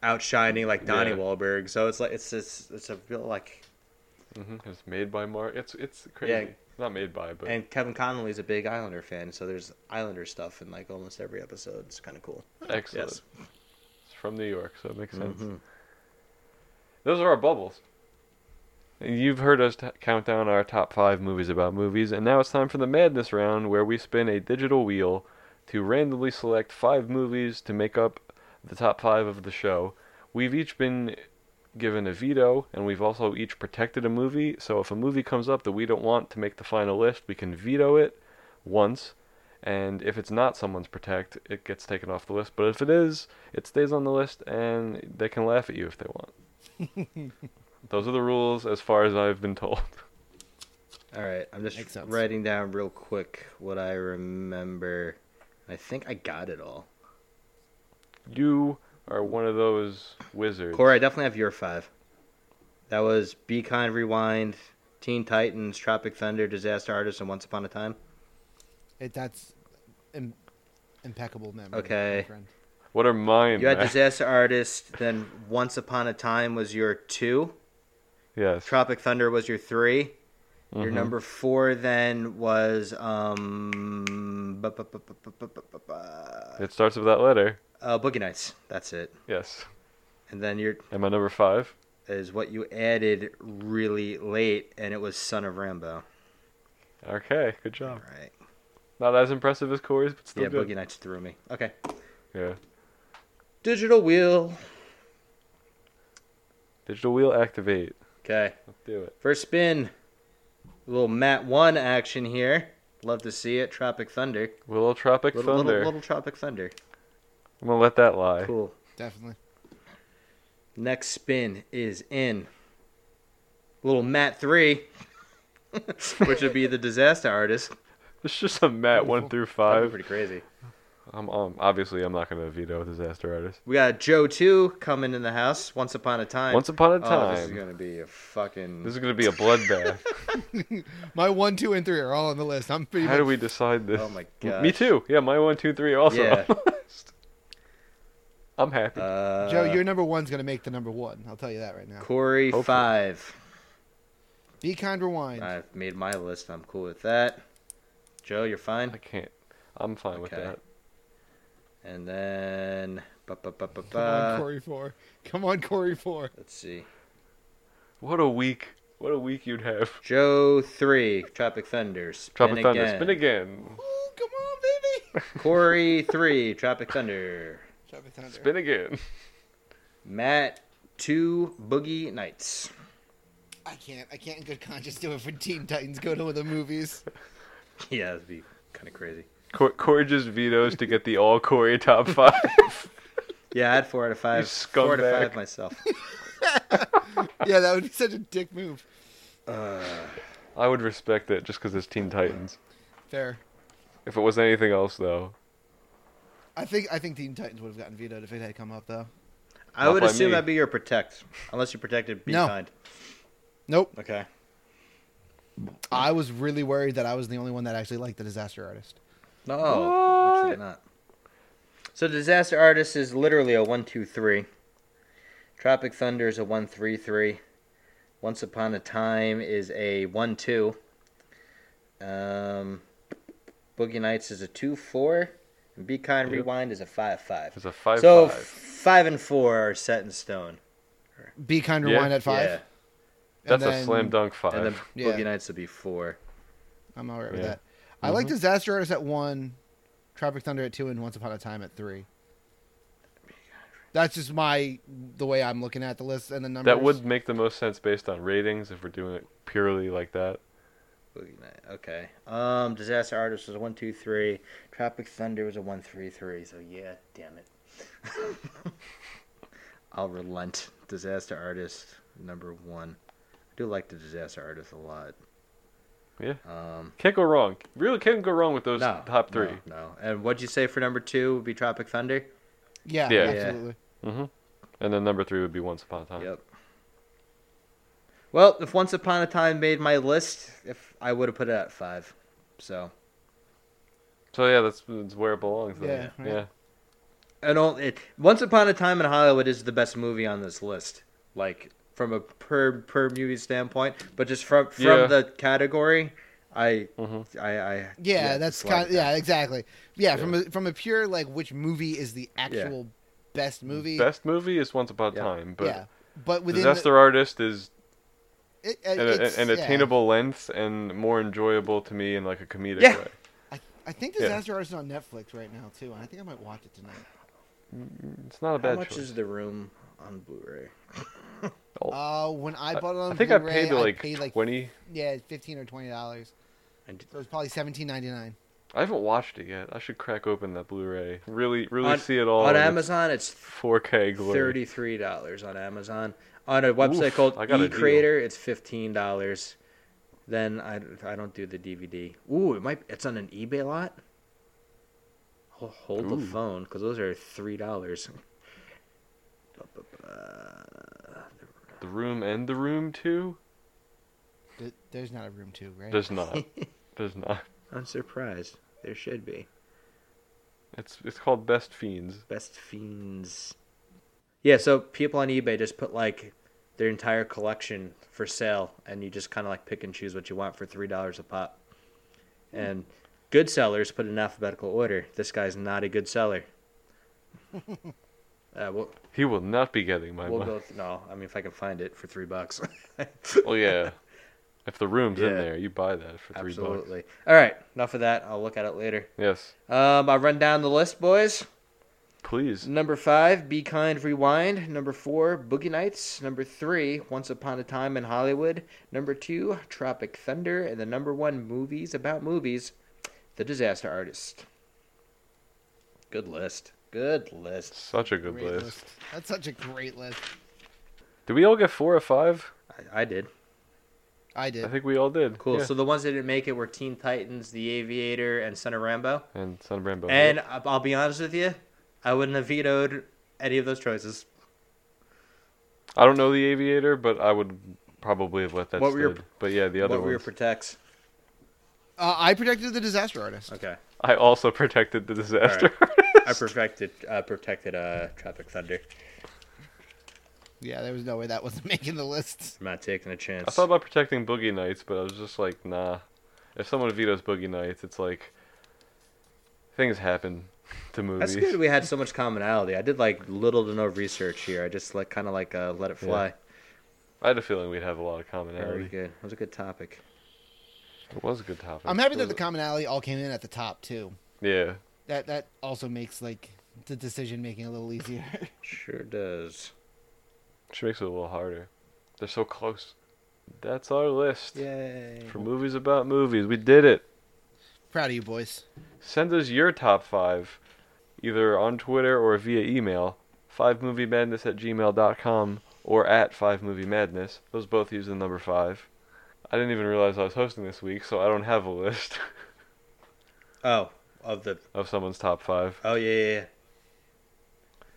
Speaker 3: outshining like Donnie
Speaker 1: Yeah.
Speaker 3: Wahlberg. So it's like it's it's it's a real like
Speaker 1: hmm It's made by Mark. It's it's crazy. Not made by, but
Speaker 3: Mm-hmm. And Kevin Connolly's a big Islander fan, so there's Islander stuff in like almost every episode. It's kind of cool.
Speaker 1: excellent.
Speaker 3: Yes.
Speaker 1: It's from New York, so it makes sense. Those are our bubbles. And You've heard us t- count down our top five movies about movies, and now it's time for the madness round where we spin a digital wheel to randomly select five movies to make up the top five of the show. We've each been given a veto, and we've also each protected a movie, so if a movie comes up that we don't want to make the final list, we can veto it once, and if it's not someone's protect, it gets taken off the list, but if it is, it stays on the list, and they can laugh at you if they want.
Speaker 3: *laughs*
Speaker 1: Those are the rules as far as I've been told.
Speaker 3: All right, I'm just
Speaker 2: Makes sense.
Speaker 3: writing down real quick what I remember. I think I got it all.
Speaker 1: You are one of those wizards.
Speaker 3: Corey, I definitely have your five. That was Be Kind Rewind, Teen Titans, Tropic Thunder, Disaster Artist, and Once Upon a Time?
Speaker 2: It, that's Im- impeccable memory. my
Speaker 3: Okay.
Speaker 2: friend.
Speaker 1: What are mine?
Speaker 3: You had
Speaker 1: Matt?
Speaker 3: Disaster Artist, then Once Upon a Time was your two,
Speaker 1: Yes.
Speaker 3: Tropic Thunder was your 3 Your
Speaker 1: Mhm.
Speaker 3: number four then was um, bu- bu- bu- bu- bu- bu- bu- bu- bu-
Speaker 1: It starts with that letter.
Speaker 3: uh, Boogie Nights. That's it.
Speaker 1: Yes.
Speaker 3: And then your
Speaker 1: And my number five.
Speaker 3: is what you added really late, and it was Son of Rambo.
Speaker 1: Okay, good job.
Speaker 3: Right.
Speaker 1: Not as impressive as Corey's, but still
Speaker 3: Yeah,
Speaker 1: good.
Speaker 3: Boogie Nights threw me. Okay.
Speaker 1: Yeah.
Speaker 3: Digital wheel.
Speaker 1: Digital wheel activate.
Speaker 3: Okay.
Speaker 1: Let's do it.
Speaker 3: First spin. A little Matt 1 action here. Love to see it. Tropic Thunder.
Speaker 1: Little Tropic
Speaker 3: Little,
Speaker 1: Thunder.
Speaker 3: Little, little Tropic Thunder.
Speaker 1: I'm gonna let that lie.
Speaker 3: Cool.
Speaker 2: Definitely.
Speaker 3: Next spin is in. Little Matt 3, *laughs* which would be the disaster artist.
Speaker 1: It's just a mat one through
Speaker 3: That'd be
Speaker 1: five.
Speaker 3: pretty crazy.
Speaker 1: I'm um, obviously I'm not gonna veto disaster artist.
Speaker 3: We got Joe 2 coming in the house. Once Upon a Time.
Speaker 1: Once upon a
Speaker 3: Oh,
Speaker 1: time.
Speaker 3: this is going to be a fucking.
Speaker 1: gonna be a bloodbath.
Speaker 3: *laughs*
Speaker 2: My one, two, and three are all on the list. I'm pretty.
Speaker 1: How do
Speaker 2: Much,
Speaker 1: we decide this?
Speaker 3: Oh my
Speaker 1: M- Me
Speaker 3: gosh.
Speaker 1: too. Yeah, my one, two, three are also.
Speaker 3: Yeah.
Speaker 1: on the list. *laughs* I'm happy.
Speaker 3: Uh,
Speaker 2: Joe, your number one's gonna make the number one. I'll tell you that right now.
Speaker 3: Corey
Speaker 1: Hopefully.
Speaker 3: 5.
Speaker 2: Be kind, rewind.
Speaker 3: I've made my list. I'm cool with that. Joe, you're
Speaker 1: I
Speaker 3: fine.
Speaker 1: can't. I'm fine with
Speaker 3: Okay.
Speaker 1: that.
Speaker 3: And then, ba, ba, ba, ba,
Speaker 2: Come on,
Speaker 3: ba.
Speaker 2: Corey four. Come on, Corey four.
Speaker 3: let's see.
Speaker 1: What a week. What a week you'd have.
Speaker 3: Joe three, Tropic Thunder. Spin
Speaker 1: Tropic Thunder.
Speaker 3: again.
Speaker 1: Spin again.
Speaker 2: Ooh, come on, baby.
Speaker 3: Corey three, Tropic Thunder.
Speaker 2: Tropic Thunder.
Speaker 1: Spin again.
Speaker 3: Matt two, Boogie Nights. *laughs*
Speaker 2: I can't. I can't in good conscience do it for Teen Titans. Go to the movies.
Speaker 3: Yeah, that'd be kind of crazy.
Speaker 1: Cor- Corey just vetoes to get the all Corey top *laughs* five.
Speaker 3: Yeah, I had four out of five.
Speaker 1: You
Speaker 3: Four out of
Speaker 1: scumbag.
Speaker 3: five myself.
Speaker 1: *laughs*
Speaker 2: yeah, that would be such a dick move.
Speaker 1: I would respect it just because it's Teen Titans.
Speaker 2: Fair.
Speaker 1: If it was anything else, though,
Speaker 2: I think. I think Teen Titans would have gotten vetoed if it had come up though.
Speaker 3: I
Speaker 1: Not
Speaker 3: would
Speaker 1: by
Speaker 3: assume
Speaker 1: me.
Speaker 3: that'd be your protect, unless you protected. Be
Speaker 2: No.
Speaker 3: kind.
Speaker 2: Nope.
Speaker 3: Okay.
Speaker 2: I was really worried that I was the only one that actually liked the disaster artist.
Speaker 3: No,
Speaker 1: What?
Speaker 3: absolutely not. So Disaster Artist is literally a one two three. Tropic Thunder is a one three three. Once Upon a Time is a one two. Um, Boogie Nights is a two four, and Be Kind
Speaker 1: Yep.
Speaker 3: Rewind is a five five.
Speaker 1: it's a five
Speaker 3: so f-
Speaker 1: five.
Speaker 3: five and four are set in stone.
Speaker 2: Be kind,
Speaker 1: Yeah.
Speaker 2: rewind at five.
Speaker 3: Yeah,
Speaker 2: and
Speaker 1: That's a
Speaker 2: then
Speaker 1: slam dunk five.
Speaker 3: and then
Speaker 2: Yeah.
Speaker 3: Boogie Nights will be four.
Speaker 2: I'm all right with
Speaker 1: Yeah.
Speaker 2: that. I like disaster artist at one, Tropic Thunder at two, and Once Upon a Time at three. That's just my the way I'm looking at the list and the numbers.
Speaker 1: That would make the most sense based on ratings if we're doing it purely like that.
Speaker 3: Boogie Night. Okay. Um, Disaster Artist was a one, two, three. Tropic Thunder was a one, three, three. So yeah, damn it. *laughs* I'll relent. Disaster Artist number one. I do like the Disaster Artist a lot.
Speaker 1: Yeah.
Speaker 3: Um,
Speaker 1: Can't go wrong. Really can't go wrong with those
Speaker 3: no,
Speaker 1: top three.
Speaker 3: No, no. And what'd you say for number two would be Tropic Thunder?
Speaker 2: yeah,
Speaker 1: Yeah.
Speaker 2: absolutely.
Speaker 1: And then number three would be Once Upon a Time.
Speaker 3: Yep. Well, if Once Upon a Time made my list, if I would have put it at five. So
Speaker 1: So yeah, that's, that's where it belongs. Then.
Speaker 2: Yeah,
Speaker 1: Yeah.
Speaker 2: right.
Speaker 3: I don't. It, Once Upon a Time in Hollywood is the best movie on this list, like from a per per movie standpoint. But just from from
Speaker 1: Yeah.
Speaker 3: the category, I,
Speaker 1: Mhm.
Speaker 3: I, I
Speaker 2: Yeah, that's
Speaker 3: dislike
Speaker 2: kind.
Speaker 3: that.
Speaker 2: yeah, exactly. Yeah,
Speaker 1: Yeah.
Speaker 2: from a, from a pure like which movie is the actual best movie?
Speaker 1: Best movie is Once Upon a
Speaker 3: Yeah.
Speaker 1: Time, but
Speaker 2: yeah, but within the-
Speaker 1: Disaster Artist is
Speaker 2: it, it-
Speaker 1: an,
Speaker 2: it's-
Speaker 1: an, an
Speaker 2: yeah.
Speaker 1: attainable length and more enjoyable to me in like a comedic
Speaker 3: Yeah.
Speaker 1: way.
Speaker 2: I, I think
Speaker 1: Yeah.
Speaker 2: Disaster Artist is on Netflix right now too, and I think I might watch it tonight.
Speaker 1: It's not a
Speaker 3: How
Speaker 1: bad
Speaker 3: much
Speaker 1: choice.
Speaker 3: is the room on Blu-ray?
Speaker 2: Uh, when I bought it
Speaker 1: Oh.
Speaker 2: on
Speaker 1: I think
Speaker 2: Blu-ray,
Speaker 1: I paid like
Speaker 2: paid like
Speaker 1: twenty.
Speaker 2: yeah, fifteen or twenty dollars.
Speaker 3: I did-
Speaker 2: So it's probably seventeen ninety nine.
Speaker 1: I haven't watched it yet. I should crack open that Blu-ray. Really, really
Speaker 3: on,
Speaker 1: see it all. in
Speaker 3: on
Speaker 1: its
Speaker 3: Amazon. It's
Speaker 1: 4K glory.
Speaker 3: thirty-three dollars on Amazon. On a website
Speaker 1: Oof,
Speaker 3: called
Speaker 1: I got a deal.
Speaker 3: eCreator, it's fifteen dollars. Then I, I don't do the DVD. Ooh, it might. It's on an eBay lot. Ho- Hold the
Speaker 1: Ooh.
Speaker 3: phone, because those are three dollars.
Speaker 1: The Room and The Room Two.
Speaker 2: Th- There's not a room two, right?
Speaker 1: There's
Speaker 3: *laughs*
Speaker 1: not. There's not.
Speaker 3: I'm surprised. There should be.
Speaker 1: It's it's called Best Fiends.
Speaker 3: Best fiends. Yeah, so people on eBay just put like their entire collection for sale, and you just kind of like pick and choose what you want for three dollars a pop. And good sellers put in alphabetical order. This guy's not a good *laughs* seller. uh, we'll
Speaker 1: He will not be getting my
Speaker 3: we'll
Speaker 1: money.
Speaker 3: go. With, no, I mean if I can find it *laughs* for three bucks.
Speaker 1: Oh yeah. If the room's in
Speaker 3: Yeah.
Speaker 1: there, you buy that for three bucks.
Speaker 3: Absolutely. All right, enough of that. I'll look at it later.
Speaker 1: Yes,
Speaker 3: Um, I'll run down the list, boys.
Speaker 1: please.
Speaker 3: Number five, Be Kind Rewind. Number four, Boogie Nights. Number three, Once Upon a Time in Hollywood. Number two, Tropic Thunder. And the number one, Movies About Movies, The Disaster Artist. Good list. Good list.
Speaker 1: Such a good
Speaker 2: Great
Speaker 1: list.
Speaker 2: list. That's such a great list.
Speaker 1: Did we all get four or five?
Speaker 3: I, I did.
Speaker 2: I
Speaker 1: I
Speaker 2: did.
Speaker 1: think we all did.
Speaker 3: Cool.
Speaker 1: Yeah.
Speaker 3: So the ones that didn't make it were Teen Titans, The Aviator, and Son of Rambo.
Speaker 1: and Son of Rambo.
Speaker 3: And I- I'll be honest with you, I wouldn't have vetoed any of those choices.
Speaker 1: I don't know the Aviator, but I would probably have let that
Speaker 3: What
Speaker 1: slide.
Speaker 3: were your-
Speaker 1: but yeah, the other
Speaker 3: what were your
Speaker 1: ones.
Speaker 3: protects?
Speaker 2: Uh, I predicted the disaster
Speaker 1: *laughs*
Speaker 2: artist.
Speaker 3: Okay.
Speaker 1: I also protected the disaster.
Speaker 3: I perfected uh, protected uh, Tropic Thunder.
Speaker 2: Yeah, there was no way that wasn't *laughs* making the list.
Speaker 3: I'm not taking a chance.
Speaker 1: I thought about protecting Boogie Nights, but I was just like, nah. If someone vetoes Boogie Nights, it's like things happen to movies.
Speaker 3: That's good. We had so much commonality. I did like little to no research here. I just like kind of like uh, let it
Speaker 1: Yeah.
Speaker 3: fly.
Speaker 1: I had a feeling we'd have a lot of
Speaker 3: Very
Speaker 1: commonality.
Speaker 3: good. That was a good topic.
Speaker 1: It was a good topic.
Speaker 2: I'm happy that the commonality all came in at the top too.
Speaker 1: yeah.
Speaker 2: That that also makes like the decision making a little easier.
Speaker 3: Sure does.
Speaker 1: She makes it a little harder. They're so close. That's our list
Speaker 3: Yay.
Speaker 1: for movies about movies. We did it.
Speaker 2: Proud of you boys.
Speaker 1: Send us your top five, either on Twitter or via email. 5moviemadness at gmail.com or at 5moviemadness. Those both use the number 5. I didn't even realize I was hosting this week, so I don't have a list *laughs*
Speaker 3: Oh, of the
Speaker 1: of someone's top 5.
Speaker 3: oh yeah yeah.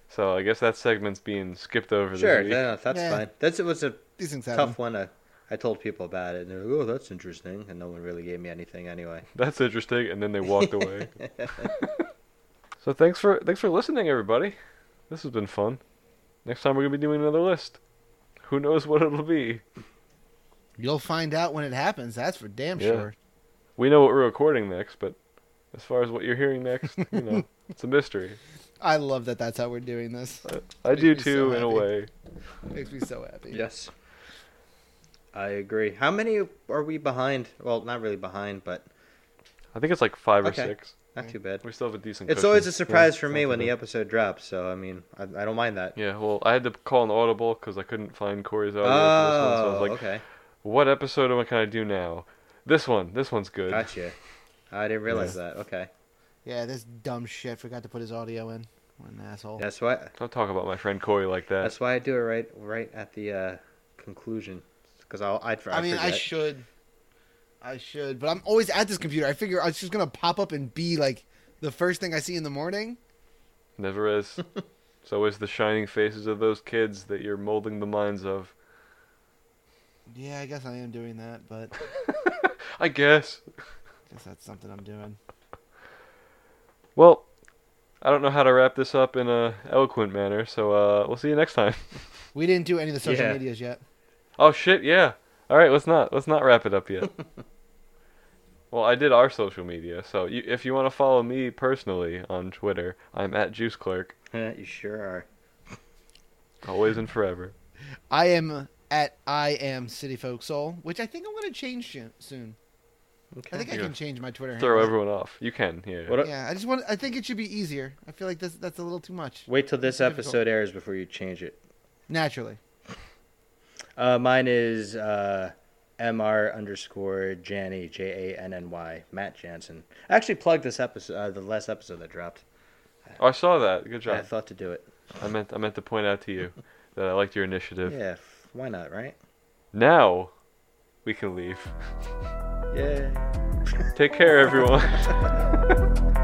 Speaker 1: So I guess that segment's being skipped over
Speaker 3: yeah. Sure.
Speaker 1: this week.
Speaker 3: No, no, that's
Speaker 2: Yeah.
Speaker 3: fine. That's it was a
Speaker 2: These things happen.
Speaker 3: tough one. I, I told people about it, and they were like, "Oh, that's interesting," and no one really gave me anything anyway.
Speaker 1: That's interesting, and then they
Speaker 3: *laughs*
Speaker 1: walked away. *laughs* so thanks for thanks for listening, everybody. This has been fun. Next time we're gonna be doing another list. Who knows what it'll be?
Speaker 2: You'll find out when it happens. That's for damn
Speaker 1: Yeah.
Speaker 2: sure.
Speaker 1: We know what we're recording next, but as far as what you're hearing
Speaker 3: *laughs*
Speaker 1: next, you know, it's a mystery.
Speaker 2: I love that. That's how we're doing this.
Speaker 1: I do
Speaker 2: Makes me so
Speaker 1: too, in a
Speaker 2: happy.
Speaker 1: way.
Speaker 2: Makes me so happy.
Speaker 3: Yes. I agree. How many are we behind? Well, not really behind, but
Speaker 1: I think it's like five
Speaker 3: Okay.
Speaker 1: or six.
Speaker 3: not too bad.
Speaker 1: We still have a decent.
Speaker 3: It's
Speaker 1: cushion.
Speaker 3: always a
Speaker 1: Yeah,
Speaker 3: surprise for
Speaker 1: it's
Speaker 3: me
Speaker 1: not
Speaker 3: when
Speaker 1: too
Speaker 3: the
Speaker 1: bad.
Speaker 3: episode drops, so I mean, I, I don't mind that.
Speaker 1: Yeah, well, I had to call an audible because I couldn't find Corey's audio for this one, so I
Speaker 3: Oh,
Speaker 1: was like,
Speaker 3: okay.
Speaker 1: "What episode am I can I do now? This one. This one's good."
Speaker 3: Gotcha. I didn't realize that. Okay.
Speaker 2: Yeah, this dumb shit forgot to put his audio in. What an asshole.
Speaker 3: That's why
Speaker 1: Don't talk about my friend Corey like that.
Speaker 3: that's why I do it right right at the uh, conclusion cuz I'll I'd, I
Speaker 2: I mean, I
Speaker 3: forget.
Speaker 2: should. I should, but I'm always at this computer. I figure it's just gonna pop up and be like the first thing I see in the morning.
Speaker 1: Never
Speaker 3: *laughs*
Speaker 1: is. it's always the shining faces of those kids that you're molding the minds of.
Speaker 2: Yeah, I guess I am doing that, but *laughs*
Speaker 1: I guess.
Speaker 2: I guess that's something I'm doing.
Speaker 1: Well, I don't know how to wrap this up in a eloquent manner, so uh, we'll see you next time. *laughs*
Speaker 2: We didn't do any of the social
Speaker 3: Yeah.
Speaker 2: medias yet.
Speaker 1: oh shit, yeah. All right, let's not let's not wrap it up
Speaker 3: *laughs*
Speaker 1: yet. well, I did our social media, so you, if you want to follow me personally on Twitter, I'm at Juice Clerk,
Speaker 3: you sure are.
Speaker 1: always and forever.
Speaker 2: I am at I am City Folk Soul, which I think I'm gonna change sho- soon. I think I
Speaker 1: Yeah.
Speaker 2: can change my Twitter.
Speaker 1: Throw
Speaker 2: handle.
Speaker 1: everyone off. You can, yeah.
Speaker 3: What a-
Speaker 2: Yeah, I just want. I think it should be easier. I feel like this that's a little too much.
Speaker 3: Wait till this
Speaker 2: It's difficult.
Speaker 3: episode airs before you change it.
Speaker 2: Naturally,
Speaker 3: Uh, mine is uh, mr underscore Janny J A N N Y Matt Jansen. I actually plugged this episode uh, the last episode that dropped.
Speaker 1: Oh, I saw that. Good
Speaker 3: I
Speaker 1: job.
Speaker 3: thought to do it.
Speaker 1: I meant I meant to point out to you
Speaker 3: *laughs*
Speaker 1: that I liked your initiative.
Speaker 3: Yeah, f- why not, right?
Speaker 1: Now we can leave. *laughs*
Speaker 3: Yeah. *laughs*
Speaker 1: Take care, everyone.